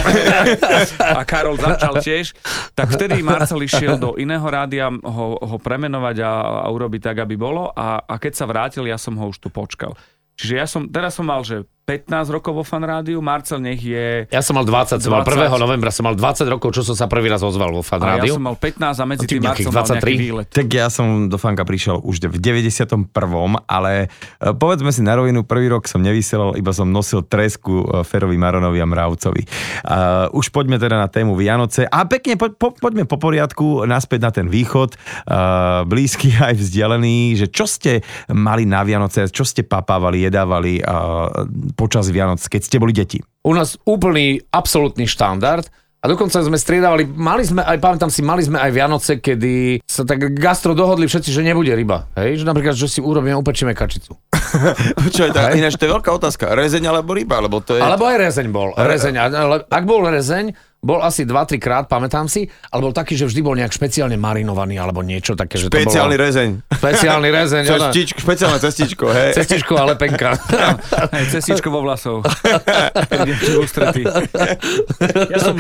a Karol začal tiež, tak vtedy Marcel išiel do iného rádia ho, ho premenovať a, a urobiť tak, aby bolo a, a keď sa vrátil, ja som ho už tu počkal. Čiže ja som, teraz som mal, že 15 rokov vo fanrádiu, Marcel nech je...
Ja som mal 20, som mal
20.
1. novembra, som mal 20 rokov, čo som sa prvý raz ozval vo fan
A ja
rádiu.
som mal 15 a
A ty
medzi tým
nejakých
Marcel mal
23?
nejaký výlet.
Tak ja som do fanka prišiel už v 91., ale e, povedzme si na rovinu, prvý rok som nevysielal, iba som nosil tresku e, Ferovi Maronovi a Mravcovi. Uh, už poďme teda na tému Vianoce a pekne po, po, poďme po poriadku naspäť na ten východ, uh, blízky aj vzdialený, že čo ste mali na Vianoce, čo ste papávali, jedávali uh, počas Vianoc, keď ste boli deti.
U nás úplný, absolútny štandard. A dokonca sme striedávali, mali sme, aj pamätám si, mali sme aj Vianoce, kedy sa tak gastro dohodli všetci, že nebude ryba. Hej, že napríklad, že si urobíme, upečíme kačicu.
Čo je tak, ináč to je veľká otázka, rezeň alebo ryba, lebo to je...
Alebo aj rezeň bol. Rezeň, a- ale ak bol rezeň, bol asi 2-3 krát, pamätám si, ale bol taký, že vždy bol nejak špeciálne marinovaný alebo niečo také, že
Špeciálny
to bolo...
rezeň.
Špeciálny rezeň. áno.
Cestičko, špeciálne cestičko, hej.
Cestičko a lepenka.
Hej, cestičko vo vlasov. Idem ti v ústretí. ja, som,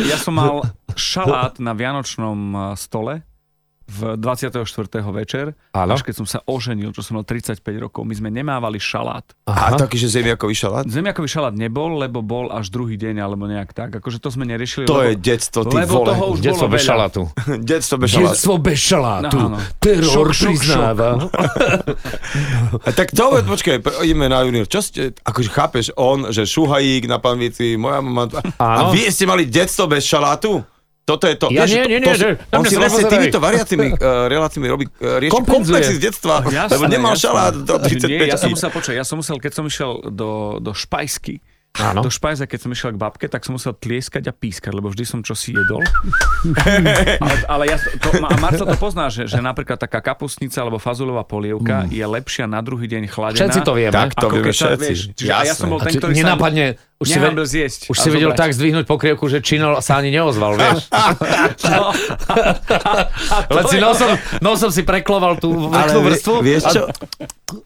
ja som mal šalát na vianočnom eh, stole v 24. večer,
Áno.
až keď som sa oženil, čo som mal 35 rokov, my sme nemávali šalát.
A taký, že zemiakový šalát?
Zemiakový šalát nebol, lebo bol až druhý deň, alebo nejak tak. Akože to sme neriešili.
To je
lebo,
detstvo, ty
lebo
vole.
toho už
Detstvo
bolo
bez
veľa.
šalátu.
Detstvo bez šalátu.
Detstvo bez šalátu.
Áno.
Teror
Šok, šok, šok.
No, priznáva. No,
A tak to, veď, počkaj, pr- ideme na junior. Čo ste, akože chápeš, on, že šuhajík na panvici, moja mama... A
Áno.
vy ste mali detstvo bez šalátu? Toto je to.
Ja
Vieš, to-
nie, nie,
to
nie,
si-
že na
On
mňa
si
sa
vlastne
nepozeraj.
týmito variacimi uh, reláciami robí, uh, rieši
Kompenzuje.
komplexy z detstva,
Jasné,
lebo nemal
jasné.
šalát do
Nie, ja
35
som musel, počkaj, ja som musel, keď som išiel do, do špajsky,
Áno.
do špajza, keď som išiel k babke, tak som musel tlieskať a pískať, lebo vždy som čosi jedol. ale, ale ja, to, a Marcel to pozná, že, že napríklad taká kapustnica alebo fazulová polievka je lepšia na druhý deň chladená.
Všetci to vieme.
Tak Hmm. to
Ako
vieme
keď sa,
všetci.
vieš, čiže a ja som bol
A
ten,
či-
ktorý
nenápadne, už si,
nehambil
vedel,
zjesť
už
a
si vedel
zobrať.
tak zdvihnúť pokrievku, že činol sa ani neozval, vieš.
No, a to
Len si
je-
nosom, nosom no si prekloval tú vrchnú
vie-
vrstvu.
Vieš čo?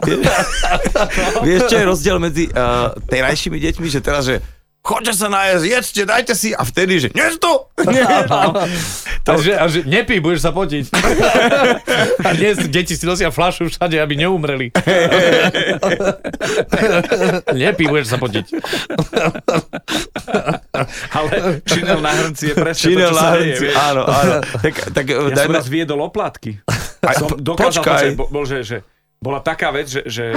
vieš čo je rozdiel medzi uh, terajšími deťmi, že teraz, že chodte sa najesť, jedzte, dajte si a vtedy, že nie to!
A že, a že nepí, budeš sa potiť. a dnes deti si nosia flašu všade, aby neumreli. nepí, budeš sa potiť.
Ale činel na hrnci je presne
Činel
to, čo
na
sa deje,
hrnci,
vieš.
áno, áno. Tak, tak
Ja
ja
Dajme... som
dajme...
raz viedol oplatky.
Aj,
som
po-
dokázal,
počkaj.
počkaj, bo, bol, že, že bola taká vec, že, že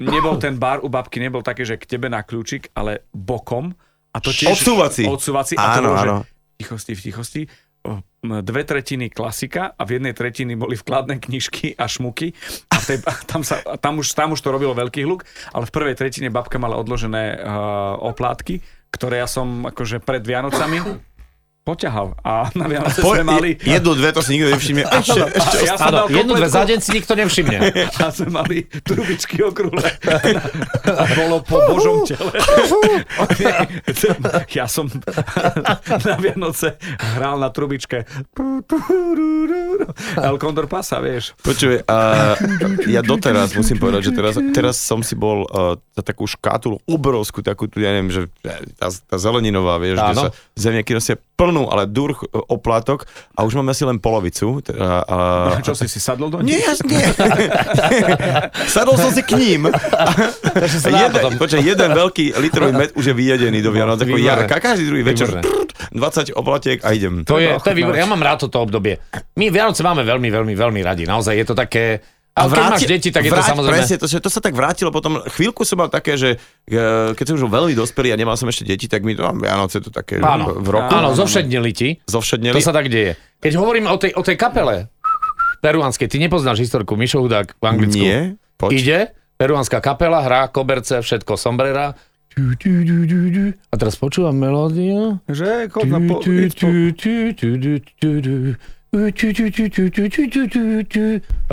nebol ten bar u babky, nebol taký, že k tebe na kľúčik, ale bokom. A to tiež,
Odsúvací.
Odsúvací. a to
Áno,
bolo, že
áno.
v tichosti, v tichosti. o, m, Dve tretiny klasika a v jednej tretiny boli vkladné knižky a šmuky a, v tej, a tam, sa, a tam, už, tam už to robilo veľký hluk, ale v prvej tretine babka mala odložené uh, oplátky, ktoré ja som akože pred Vianocami poťahal a na Vianoce
Po,
sme mali...
jednu, dve, to si nikto nevšimne. Ešte, ešte.
A ja som
Áno,
dal
jednu, dve za
kompletku
deň si nikto nevšimne.
a sme mali trubičky okrúhle. A bolo po Božom tele. Ja som na Vianoce hral na trubičke. El Condor Pasa, vieš.
Počuj, a ja doteraz musím povedať, že teraz, teraz som si bol uh, za takú škátulu obrovskú, takú tu, ja neviem, že e, tá, tá zeleninová, vieš, kde
Áno.
sa zemiaky nosia plnú, ale durch e, oplátok a už máme asi len polovicu. Teda, a,
A čo si si sadol do
Nie,
nej?
ja- nie. Sadol som si k ním.
sa dá
jeden, počkaj, jeden veľký litrový med už je vyjedený do Vianoc, ako
Výborné.
jarka. Každý druhý večer
Výborné.
prrt, 20 oblatiek a idem.
To je, to je
ochutnávať.
výborné. Ja mám rád toto obdobie. My Vianoce máme veľmi, veľmi, veľmi radi. Naozaj je to také, Ale keď máš deti, tak je to samozrejme...
Presne, to, sa- to sa tak vrátilo potom. Chvíľku som mal také, že e, keď som už veľmi dospelý a nemal som ešte deti, tak mi to mám Vianoce to také že
Áno,
v roku.
áno, zovšednili ti.
Zovšedneli.
To sa tak deje. Keď hovorím o tej, o tej kapele peruánskej, ty nepoznáš historku Mišo Hudák v Anglicku.
Nie, poď.
Ide, peruánska kapela, hrá, koberce, všetko, sombrera. Tu, tu, tu, tu, tu. A teraz počúvam melódiu.
Že?
Tu,
Chod na po...
tu, tu, tu, tu, tu, tu, tu. Tu, tu, tu, tu, tu, tu, tu, tu, tu.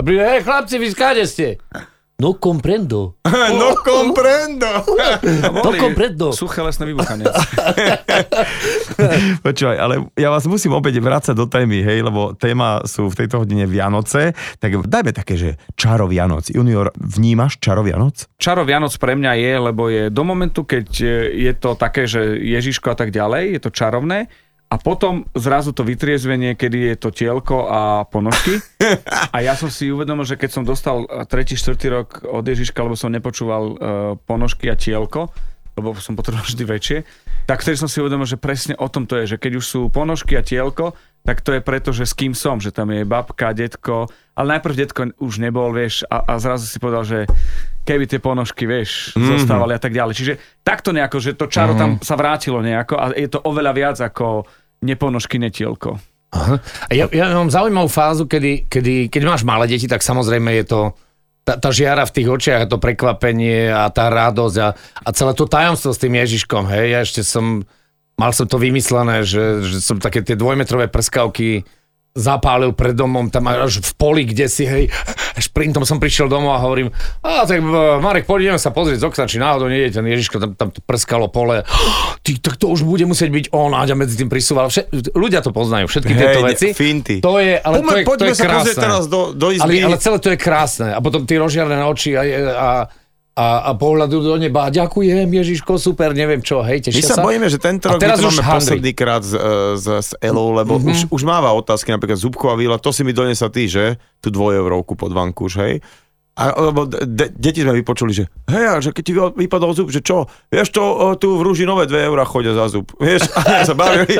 A príde, hej chlapci, vy skáde ste. No comprendo.
No comprendo.
No comprendo.
Suché lesné vybuchanie.
Počúvaj, ale ja vás musím opäť vrácať do témy, hej, lebo téma sú v tejto hodine Vianoce, tak dajme také, že čaro Vianoc. Junior, vnímaš čaro Vianoc?
Čaro Vianoc pre mňa je, lebo je do momentu, keď e, je to také, že Ježiško a tak ďalej, je to čarovné, a potom zrazu to vytriezvenie, kedy je to tielko a ponožky. A ja som si uvedomil, že keď som dostal 3. 4. rok od Ježiška, lebo som nepočúval e, ponožky a tielko, lebo som potreboval vždy väčšie, tak vtedy som si uvedomil, že presne o tom to je, že keď už sú ponožky a tielko, tak to je preto, že s kým som, že tam je babka, detko, ale najprv detko už nebol, vieš, a, a zrazu si povedal, že keby tie ponožky, vieš, mm-hmm. zostávali a tak ďalej. Čiže takto nejako, že to čaro mm-hmm. tam sa vrátilo nejako a je to oveľa viac ako neponožky, netielko.
Aha. A ja, ja mám zaujímavú fázu, kedy, kedy, keď máš malé deti, tak samozrejme je to tá, tá žiara v tých očiach a to prekvapenie a tá radosť a, a celé to tajomstvo s tým Ježiškom, hej, ja ešte som, mal som to vymyslené, že, že som také tie dvojmetrové prskavky zapálil pred domom, tam až v poli, kde si, hej, šprintom som prišiel domov a hovorím, a tak e, Marek, poďme sa pozrieť z okna, či náhodou nie je ten Ježiško, tam, tam to prskalo pole, ty, tak to už bude musieť byť on, Aďa medzi tým prisúval, Vše, ľudia to poznajú, všetky tieto
Hej,
veci.
finty.
To je, ale
Poďme-
to je,
poďme
to je
sa
krásne.
pozrieť teraz do- do izby.
ale, ale celé to je krásne. A potom tie rozžiarené oči a, a, a, a pohľadu do neba. A ďakujem, Ježiško, super, neviem čo, hej,
My
tešia
sa bojíme, že tento
A
rok my
teraz
to
už Mhm.
máme
handri.
posledný krát s, e, s, s Elou, lebo mm-hmm. už, už máva otázky, napríklad Zubková Vila, to si mi donesa ty, že? Tú dvojevrovku pod vankúš, hej? A, lebo de, deti sme vypočuli, že hej, a že keď ti vy- vypadol zub, že čo? Vieš to, o, tu v Rúži nové 2 eurá chodia za zub. Vieš, a sme sa bavili.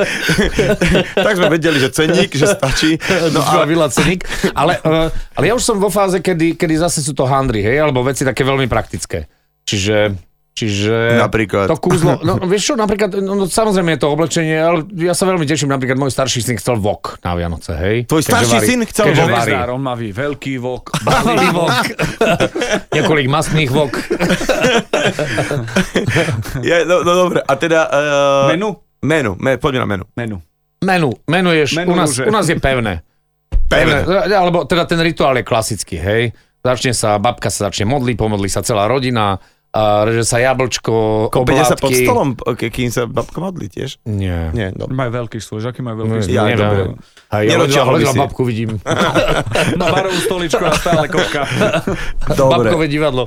tak sme vedeli, že ceník, že stačí. No
No
a
a... vylaceník. Ale, eh, ale ja už som vo fáze, kedy, kedy zase sú to handry, hej, alebo veci také veľmi praktické. Čiže, čiže
Napríklad.
to kúzlo, no vieš čo, napríklad, no, no, samozrejme je to oblečenie, ale ja sa veľmi teším, napríklad môj starší syn chcel vok na Vianoce, hej.
Tvoj
Keďže
starší
varí-
syn chcel
keďže
vok.
varí.
Hvezdár, on má vy- veľký vok.
Malý vok. Niekoľk masných vok.
ja, no, no dobre, a teda... Uh,
Menu?
Menu, me, poďme na menu.
Menu.
Menu, menu je, š-
Menu
u, nás,
rúže.
u nás je pevné.
Pevné.
Alebo teda ten rituál je klasický, hej. Začne sa, babka sa začne modliť, pomodlí sa celá rodina, a reže sa jablčko,
Kopenie sa pod
oblátky.
stolom, e, ke- kým sa babka modlí tiež.
Nie.
Nie, dobre.
Majú veľký stôž, aký majú
Nie,
veľký stôž?
Ja,
neviem.
dobre.
Hej, ja hodila,
Nedotiahol by
hodila
si.
babku, vidím.
Má barovú stoličku a stále koká.
Babkové divadlo.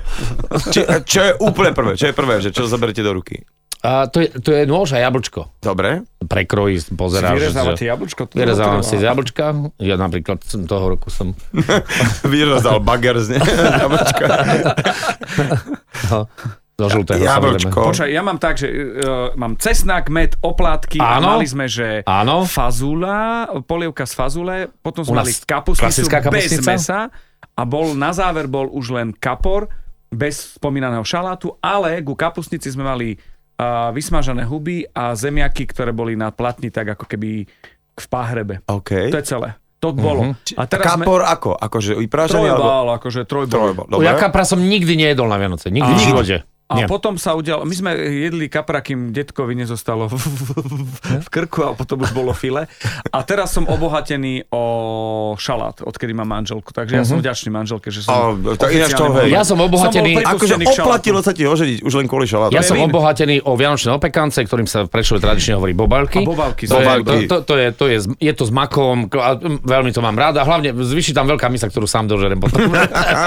Či, čo je úplne prvé? Čo je prvé, že čo zoberete do ruky?
A to je, to je nôž a jablčko.
Dobre.
Prekrojí, pozeráš.
Vyrezávate
že-
jablčko? To
Vyrezávam
to-
si z jablčka. Ja napríklad som toho roku som
Vyrazal bager z ne. jablčka.
do žltého.
Jablčko.
samozrejme.
Počkaj, ja mám tak, že uh, mám cesnak, med, oplátky. a
Áno.
Mali sme, že
Áno.
fazula, polievka z fazule, potom
U
sme
nás
mali kapustnicu
klasická
bez
kapustnica?
mesa a bol, na záver bol už len kapor bez spomínaného šalátu, ale ku kapustnici sme mali uh, vysmažané huby a zemiaky, ktoré boli na platni tak ako keby v páhrebe.
OK.
To je celé. To
Mhm.
bolo. A teraz sme...
Kapor ako? Akože vyprážený alebo...
Trojbal, akože trojbal.
Trojbal.
Ja
Dobre.
kapra som nikdy nejedol na Vianoce. Nikdy v
Áno.
živote.
A
Nie.
potom sa udialo, my sme jedli kapra, kým detkovi nezostalo v, v, v- v krku a potom už bolo file. A teraz som obohatený o šalát, odkedy mám manželku. Takže ja som vďačný manželke, že som...
A, tak ináč to,
oficiálne
hej.
Mhm. Ja som obohatený-
bol
Akože
pripustený k šalátu.
oplatilo sa ti oženiť už len kvôli šalátu.
Ja som
Kevin.
obohatený o vianočné opekance, ktorým sa v Prešove tradične hovorí bobalky.
A bobalky,
to je, to,
bobalky.
to, to je, to je, s- je to s makom, k- a mm, veľmi to mám rád a hlavne zvyši tam veľká misa, ktorú sám dožerem potom.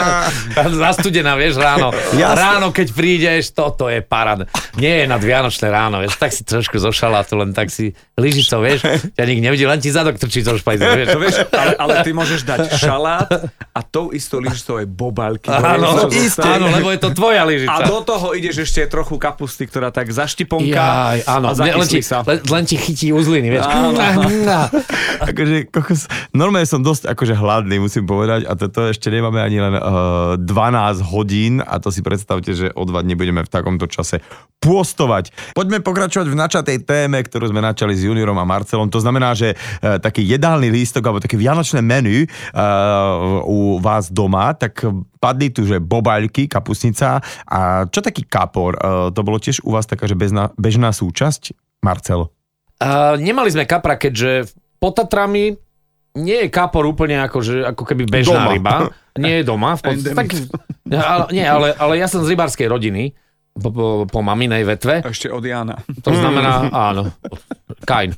Zastudená, vieš, ráno.
Jasne.
Ráno, keď príde ideš, toto je paráda. Nie je nad Vianočné ráno, vieš, tak si trošku zošala, to len tak si lyžicou, vieš, ťa nikto nevidí, len ti zadok trčí zo špajzu, vieš.
To vieš, ale, ale ty môžeš dať šalát a tou istou lyžicou aj bobalky.
Áno,
Čo
isté,
zostane.
áno, lebo je to tvoja lyžica.
no, A do toho ideš ešte trochu kapusty, ktorá tak zaštiponká
Jaj, áno,
a
ne, len, ti,
zakyslí sa.
len, len ti chytí uzliny, vieš.
akože, kokos, normálne som dosť akože hladný, musím povedať, a toto ešte nemáme ani len uh, 12 hodín a to si predstavte, že o dva dní budeme v takomto čase pôstovať. Poďme pokračovať v načatej téme, ktorú sme načali s Juniorom a Marcelom. To znamená, že uh, taký jedálny lístok alebo také vianočné menu uh, u vás doma, tak padli tu, že bobaľky, kapusnica a čo taký kapor? Uh, to bolo tiež u vás taká, že bezna, bežná súčasť? Marcel.
A nemali sme kapra, keďže pod Tatrami nie je kapor úplne ako, že, ako keby
Doma.
bežná doma. ryba. Nie je doma. V podstate, tak, ale, nie, ale, ale ja som z rybárskej rodiny, po, po, po maminej vetve.
Ešte od Jana.
To znamená, áno, kain.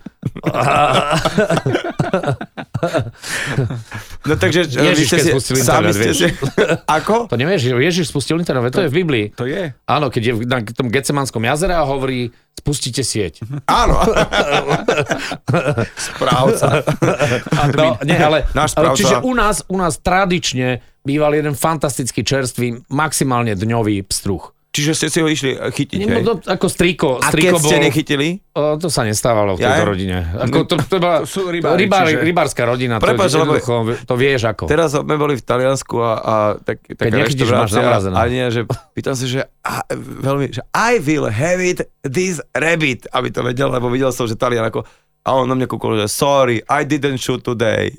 No takže
Ježiš, keď spustili internet, vieš.
Ako?
To nevieš, Ježiš spustil internet, to je v Biblii.
To je.
Áno, keď je v- na tom Gecemanskom jazere a hovorí, spustite sieť.
Áno. Správca.
No, nie, ale,
Náš
ale
správca.
čiže u nás, u nás tradične býval jeden fantastický čerstvý, maximálne dňový pstruh.
Čiže ste si ho išli eh, chytiť,
No,
hej?
to, ako striko,
A keď ste No,
striko bol,
nechytili?
o, to sa nestávalo v
Jaj?
tejto rodine. Ako, to, to, bola,
sú rybári,
rybár,
čiže-
rybárska rodina,
Prepáč,
to,
lebo-
jednoducho, to vieš ako.
Teraz sme boli v Taliansku a, a tak, taká
nechytíš, máš
reštaurácia
zamrazené.
a nie, že pýtam sa, že, a, veľmi, že I will have it this rabbit, aby to vedel, lebo videl som, že Talian ako a on na mňa kúkol, že sorry, I didn't shoot today.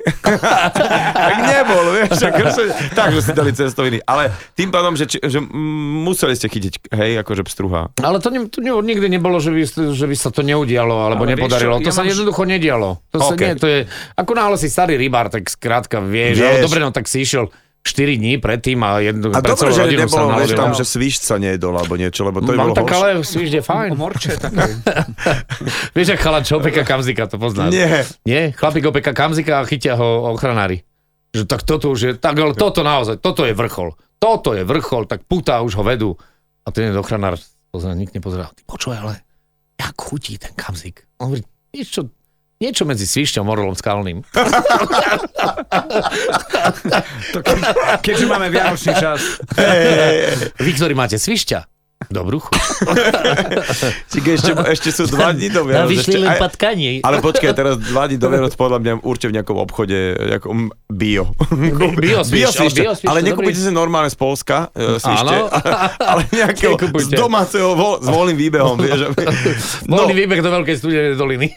tak nebol, vieš, akože, tak, že si dali cestoviny. Ale tým pádom, že, či- že mm, museli ste chytiť, hej, akože pstruha.
Ale to, ne, to ne, nikdy nebolo, že by, že by sa to neudialo alebo
Ale vieš
nepodarilo.
čo,
to
ja
sa
mám-
jednoducho nedialo. To sa,
OK.
nie, to je, ako náhle si starý rybár, tak skrátka
Vieš.
vieš. Ale dobre, no tak si išiel 4 dní predtým a jednu,
A
pred
dobre,
celou
že
rodinu sa
nebolo, vieš,
naložil.
tam, že svišca nejedol alebo niečo, lebo to by
Mám
bolo
tak
horšie.
ale svižde fajn.
Morče také.
Vieš, ak chala Čopeka Kamzika, to poznáš.
Nie.
Nie? Chlapík opeka Kamzika a chytia ho ochranári. Že tak toto už je, tak ale toto naozaj, toto je vrchol. Toto je vrchol, tak putá už ho vedú. A ten jeden ochranár, pozná, nikto nepozerá. Ty počuj, ale jak chutí ten Kamzik. On hovorí, niečo, niečo medzi svišťom, orlom, skalným.
To keď, keďže máme vianočný čas.
Vy, ktorí máte svišťa, dobrú chuť.
Čiže ešte, ešte sú dva dní do Vianoc. ešte, aj-
patkanie.
ale počkaj, teraz dva dní do Vianoc podľa mňa určite v nejakom obchode nejakom bio.
bio svišť, ale bio svišť,
ale
to
nekúpite si normálne z Polska e, svište,
Áno.
ale nejakého z
Nekupujte.
domáceho vo, s voľným výbehom. Vieš,
No. Voľný výbeh do veľkej studenej doliny.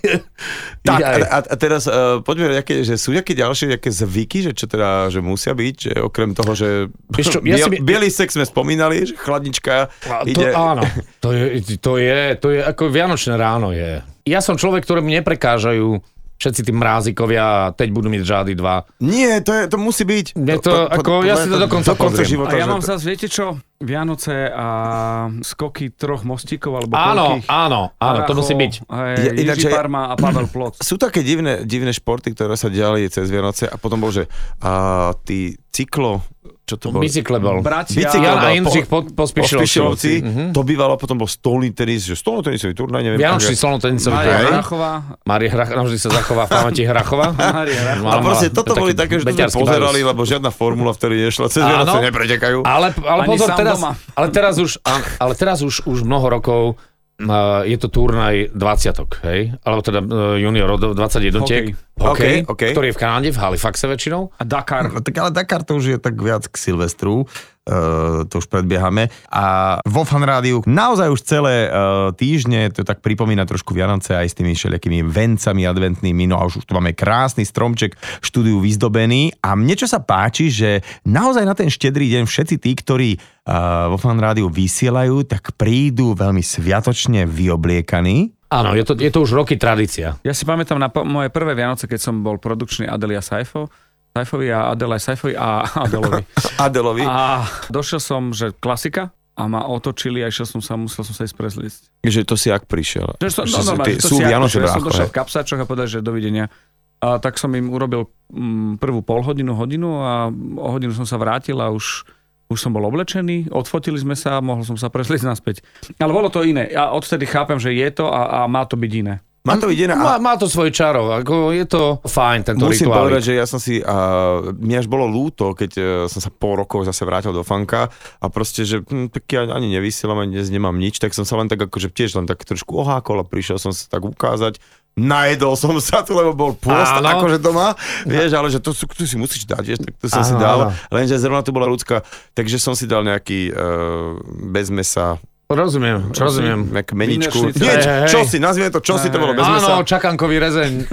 Tak,
Jaj.
a, a teraz uh, poďme, nejaké, že sú nejaké ďalšie nejaké zvyky, že čo teda, že musia byť, že okrem toho, že
Vieš čo, ja
biel,
si by-
bielý sex sme spomínali, že chladnička
A to,
ide...
Áno, to je, to je, to je ako Vianočné ráno je. Ja som človek, ktorému neprekážajú všetci tí mrázikovia, teď budú mať žády dva.
Nie, to, je, to musí byť.
Je to ako- ja si to dokonca pozriem.
života.
A ja
že
mám
to-
zase, viete čo? Vianoce a skoky troch mostíkov, alebo
Áno,
koľkých?
áno, áno, to musí byť.
Ja-
Je,
ináč
Ježi
aj-
Parma a Pavel Plot.
sú také divné, divné športy, ktoré sa diali cez Vianoce a potom bol, že a, ty cyklo, čo to bol?
Bicykle bol.
Bratia,
Bicykel.
Jan a
bol,
Jindřich po, pospíšilovci.
Ospišilovci, to bývalo, potom bol stolný tenis, že stolný tenisový turnaj, neviem.
Vianočný
akože-
solnotenisový
Maria
turnaj.
Hra-
Maria Hrachová.
Marie Hrach, navždy sa zachová v pamäti Hrachova.
Maria
A
Hrachová.
Mala-
proste
mala
toto boli také, že to sme
beťarský
pozerali,
bajus.
lebo žiadna formula vtedy nešla, cez
Áno.
Vianoce vlastne nepretekajú.
Ale, ale
Ani
pozor,
sám
teraz,
doma.
ale teraz už, áno, ale teraz už, už mnoho rokov uh, je to turnaj 20 hej? Alebo teda uh, junior od 21 okay.
Hokej, hokej.
ktorý je v Kanáde, v Halifaxe väčšinou.
A Dakar.
No, tak ale Dakar to už je tak viac k Silvestru, uh, to už predbiehame. A vo fanrádiu naozaj už celé uh, týždne, to tak pripomína trošku Vianoce aj s tými všelijakými vencami adventnými, no a už, už tu máme krásny stromček v štúdiu vyzdobený. A mne čo sa páči, že naozaj na ten štedrý deň všetci tí, ktorí uh, vo fanrádiu vysielajú, tak prídu veľmi sviatočne vyobliekaní.
Áno, je to, je to už roky tradícia.
Ja si pamätám na po- moje prvé Vianoce, keď som bol produkčný Adelia Saifo, Saifovi a Adela Saifovi a Adelovi.
Adelovi.
A došiel som, že klasika a ma otočili a išiel som sa, musel som sa ísť prezliecť.
Že to si ak prišiel.
Že som,
Že si-
no, normálne,
ty-
že to
sú
si ja-
Vianoce,
že Ja som
brácho,
došiel
hej.
v kapsáčoch a povedal, že dovidenia. A tak som im urobil mm, prvú pol hodinu, hodinu a o hodinu som sa vrátil a už už som bol oblečený, odfotili sme sa a mohol som sa presliť naspäť. Ale bolo to iné. Ja odvtedy chápem, že je to a, a má to byť iné.
Má to byť iné.
Má, má to svoje čaro, ako je to fajn tento
Musím
rituálik.
povedať, že ja som si, uh, mne až bolo lúto, keď uh, som sa po rokov zase vrátil do fanka a proste, že hm, tak ja ani nevysielam, ani dnes nemám nič, tak som sa len tak akože tiež len tak trošku ohákol a prišiel som sa tak ukázať, najedol som sa tu, lebo bol pôst,
Áno.
akože to má, vieš, ale že to, sú- tu si musíš dať, vieš, tak to som
Áno,
si dal,
áno.
lenže zrovna tu bola ľudská, takže som si dal nejaký uh, bez mesa,
Rozumiem, rozumiem.
nejakú meničku,
Vinešnicu.
niečo,
Hej, hej.
čo si, nazvime to, čo si to bolo bez mesa.
Áno, čakankový rezeň.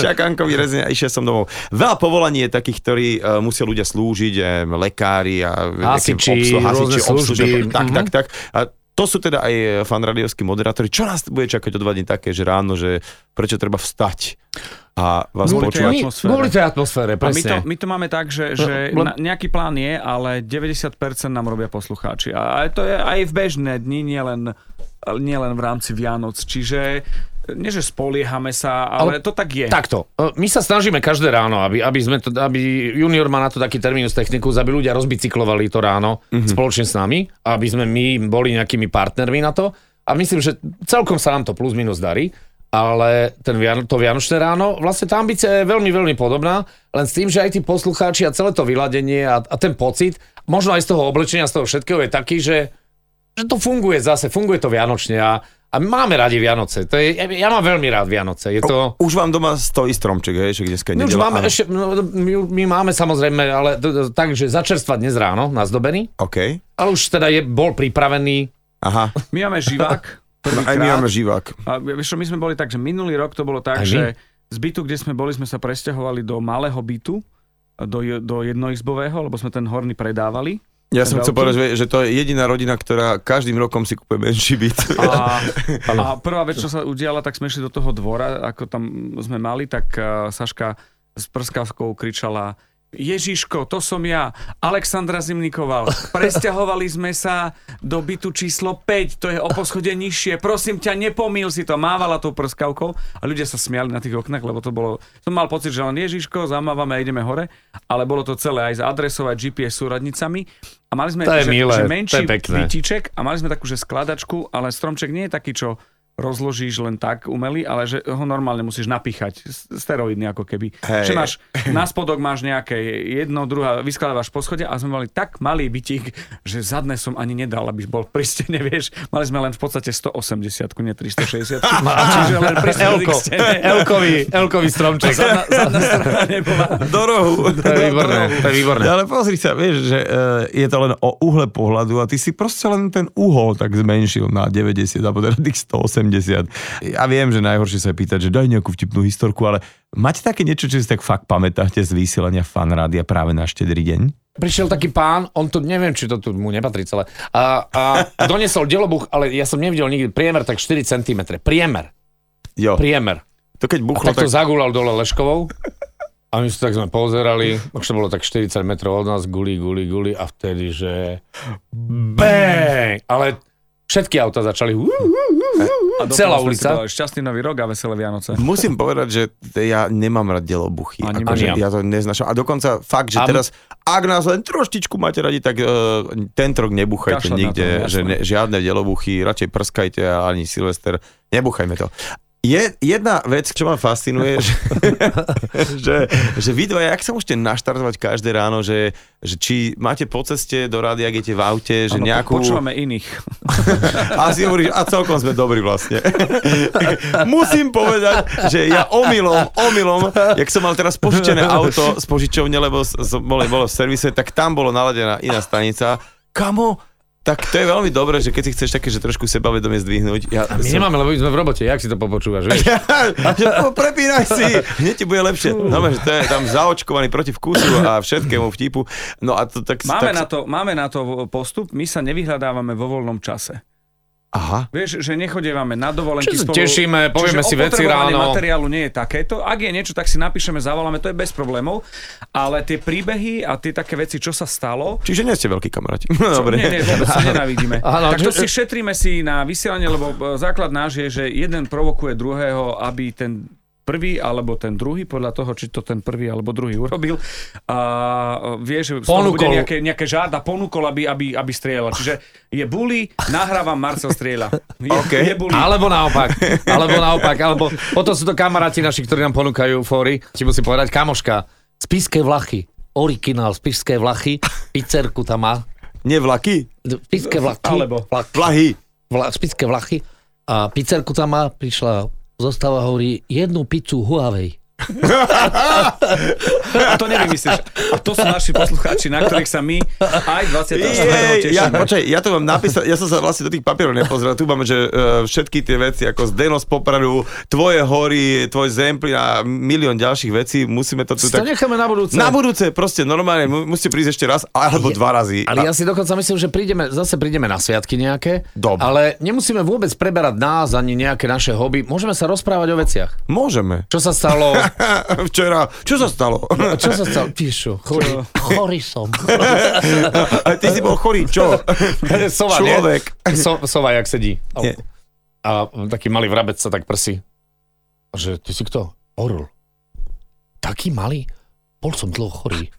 Čakankový rezeň a išiel som domov. Veľa povolaní je takých, ktorí uh, musia ľudia slúžiť, um, lekári a nejaké
Hasiči, rôzne
obslužia,
služby.
Tak,
Mhm.
tak, tak. A to sú teda aj eh, fanradiovskí moderátori. Čo nás bude čakať o dva dní také, že ráno, že prečo treba vstať a vás
Kvôli
počúvať?
tej atmosfére.
Kvôli tej atmosfére,
A my to,
presne.
my to máme tak, že, že
Len-
na, nejaký plán je, ale 90% nám robia poslucháči. A to je aj v bežné dni, nielen nie len v rámci Vianoc. Čiže nie, že spoliehame sa, ale,
Ale-
to tak je.
Takto. e, My sa snažíme každé ráno, aby, aby, sme to, aby junior má na to taký terminus technicus, aby ľudia rozbicyklovali to ráno mm-hmm. spoločne s nami, aby sme my boli nejakými partnermi na to. A myslím, že celkom sa nám to plus minus darí, ale ten, Vian- to Vianočné ráno, vlastne tá ambícia je veľmi, veľmi podobná, len s tým, že aj tí poslucháči a celé to vyladenie a, a ten pocit, možno aj z toho oblečenia, z toho všetkého je taký, že že to funguje zase, funguje to Vianočne a, a my máme radi Vianoce. To je, ja, ja mám veľmi rád Vianoce. Je to...
Už vám doma stojí stromček, hej, že dneska je
My už
nedela,
máme
áno.
ešte, no, my, my máme samozrejme, ale d- d- tak, že začerstva dnes ráno, nazdobený,
OK.
ale už teda je, bol pripravený.
Aha.
My máme živák.
No, Aj my
prvýkrát.
máme živák.
A vieš čo, my sme boli tak, že minulý rok to bolo tak,
Aj my?
že z bytu, kde sme boli, sme sa presťahovali do malého bytu, do, je- do jednoizbového, lebo sme ten horný predávali.
Ja som
Veľký.
chcel povedať, že, že to je jediná rodina, ktorá každým rokom si kúpe menší byt.
A, a prvá vec, čo sa udiala, tak sme išli do toho dvora, ako tam sme mali, tak uh, Saška s prskavkou kričala Ježiško, to som ja, Alexandra Zimnikoval. Presťahovali sme sa do bytu číslo 5, to je o poschode nižšie. Prosím ťa, nepomíl si to. Mávala tou prskavkou a ľudia sa smiali na tých oknách, lebo to bolo... Som mal pocit, že len Ježiško, zamávame a ideme hore, ale bolo to celé aj s adresou a GPS súradnicami. A mali sme
To je
že,
milé,
že
to je
menší
pekné.
bytík stromčíček a mali sme takú, že skladačku, ale stromček nie je taký, čo rozložíš len tak umelý, ale že ho normálne musíš napíchať, s- steroidný ako keby.
Hej.
Že máš, na spodok máš nejaké jedno, druhá, vyskladávaš po schode a sme mali tak malý bytík, že zadné som ani nedal, aby bol pri stene, vieš. Mali sme len v podstate 180, nie 360. Čiže len pri stene k
Elko,
stene.
Elkový, Elkový stromček.
Zadná, zadná strana nebola.
Do rohu.
To je výborné, to je výborné.
Ale pozri sa, vieš, že e, je to len o uhle pohľadu a ty si proste len ten uhol tak zmenšil na 90 alebo teda tých 180. Ja viem, že najhoršie sa je pýtať, že daj nejakú vtipnú historku, ale máte také niečo, čo si tak fakt pamätáte z vysielania fanrádia práve na štedrý deň?
Prišiel taký pán, on to neviem, či to tu mu nepatrí celé, a, a donesol delobuch, ale ja som nevidel nikdy priemer, tak 4 cm. Priemer,
Jo,
priemer.
to keď buchlo,
No Tak to
tak...
zagulal dole Leškovou. A my sa tak sme pozerali, už to bolo tak 40 metrov od nás, guli, guli, guli a vtedy, že... Bang! Ale všetky auta začali... "Hú, hú, hú, hú, hú."
A do
Celá
toho sme si
ulica.
dali Šťastný nový rok a veselé Vianoce.
Musím povedať, že t- ja nemám rád delobuchy.
Ani-
Akože
ani
ja to neznašam. A dokonca fakt, že
A-
teraz, ak nás len troštičku máte radi, tak uh, tento rok nebuchajte
Kašľať na
nikde,
to, no, jasné.
že ne, žiadne delobuchy, radšej prskajte a ani Silvester, nebuchajme to. Je jedna vec, čo ma fascinuje, že, že, že vy dvaja, ak sa môžete naštartovať každé ráno, že, že či máte po ceste do rády, ak idete v aute, že
Áno,
nejakú...
Počúvame iných.
A si hovoríš, a celkom sme dobrí vlastne. Musím povedať, že ja omylom, omylom, jak som mal teraz požičené auto z požičovne, lebo s- som bol, bolo v servise, tak tam bolo naladená iná stanica. Kamo, tak to je veľmi dobré, že keď si chceš také, že trošku sebavedomie zdvihnúť. Ja
My
som-
nemáme, lebo my sme v robote, jak si to popočúvaš, vieš?
že po, prepínaj si, hneď ti bude lepšie. No, že to je tam zaočkovaný proti vkusu a všetkému vtipu. No a to tak...
Máme
tak,
na, to, máme na to postup, my sa nevyhľadávame vo voľnom čase.
Aha.
Vieš, že nechodívame na dovolenky
Čo sa
spolu.
tešíme, povieme si
Čiže
veci
opotrebovanie
ráno.
materiálu nie je takéto. Ak je niečo, tak si napíšeme, zavoláme, to je bez problémov. Ale tie príbehy a tie také veci, čo sa stalo,
Čiže nie ste veľkí kamaráti. Dobre.
Nie, nie, vôbec sa nenávidíme.
Áno,
tak to
čo-
si šetríme si na vysielanie, lebo e, základ náš je, že jeden provokuje druhého, aby ten prvý alebo ten druhý, podľa toho, či to ten prvý alebo druhý urobil. A e, vie, že z toho bude
Ponúkol.
nejaké, nejaké žáda, ponúkol, aby, aby, aby strieľal. Čiže je bully, nahrávam, Marcel strieľa. Je,
OK.
je bully.
Alebo naopak, alebo naopak, alebo potom sú to kamaráti naši, ktorí nám ponúkajú fóry. Ti musím povedať, kamoška, spiske vlachy, originál spiske vlachy, pizzerku tam má,
Nie vlaky,
spiske vlachy,
Alebo.
vlak,
vlahy.
vla, spiske vlachy a pizzerku tam má, prišla zostava hovorí, jednu pizzu Huawei.
A to nevymyslíš. A to sú naši poslucháči, na ktorých sa my aj 28.
Jej, ja,
tešíme.
počkaj, ja to mám napísať, ja som sa vlastne do tých papierov nepozrel. Tu máme, že uh, všetky tie veci ako z Denos Popradu, tvoje hory, tvoj zempli a milión ďalších vecí, musíme to tu
To
tak...
necháme na budúce.
Na budúce, proste normálne, mu- musíte prísť ešte raz, alebo dva razy.
Ale
A-
ja si dokonca myslím, že prídeme, zase prídeme na sviatky nejaké,
Dobre.
ale nemusíme vôbec preberať nás ani nejaké naše hobby. Môžeme sa rozprávať o veciach.
Môžeme.
Čo sa stalo,
Včera, čo sa stalo?
čo sa stalo, píšu, chorý, chorý som.
A ty si bol chorý, čo?
Sova,
Človek.
Nie? So, sova, jak sedí.
Nie.
A taký malý vrabec sa tak prsí. A Že ty si kto? Orl. Taký malý? Bol som dlho chorý.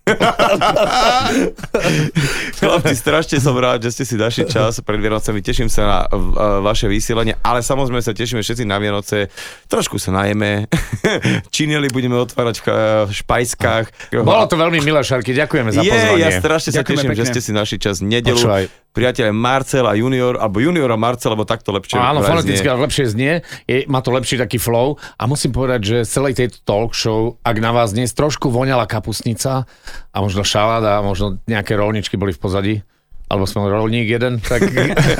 Chlapci, strašne som rád, že ste si našli čas pred Vianocami. Teším sa na v- e, vaše vysielanie, ale samozrejme sa tešíme všetci na Vianoce. Trošku sa najeme. Čineli budeme otvárať v ch- v špajskách.
Bolo to veľmi milé, Šarky, ďakujeme za
je,
pozvanie.
ja strašne sa
Ďakujeme
teším, že
pekne.
ste si našli čas v nedelu.
Počúvaj.
Priatelia Marcel a Junior, alebo Junior a Marcel, alebo takto lepšie.
Áno,
vraj
foneticky
znie.
ale lepšie znie, je, má to lepší taký flow a musím povedať, že z celej tejto talk show, ak na vás dnes trošku voňala kapusnica a možno šaláda a možno nejaké rolničky boli v pozadí, alebo sme rolník jeden, tak,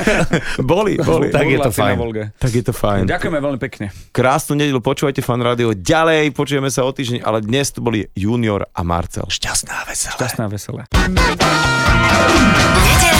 Boli, boli.
tak je to
Burláci na
fajn.
Volge.
Tak je to fajn.
Ďakujeme veľmi pekne.
Krásnu nedelu, počúvajte fan rádio ďalej, počujeme sa o týždeň, ale dnes tu boli Junior a Marcel.
Šťastná veselá.
Šťastná veselá.
Nedelná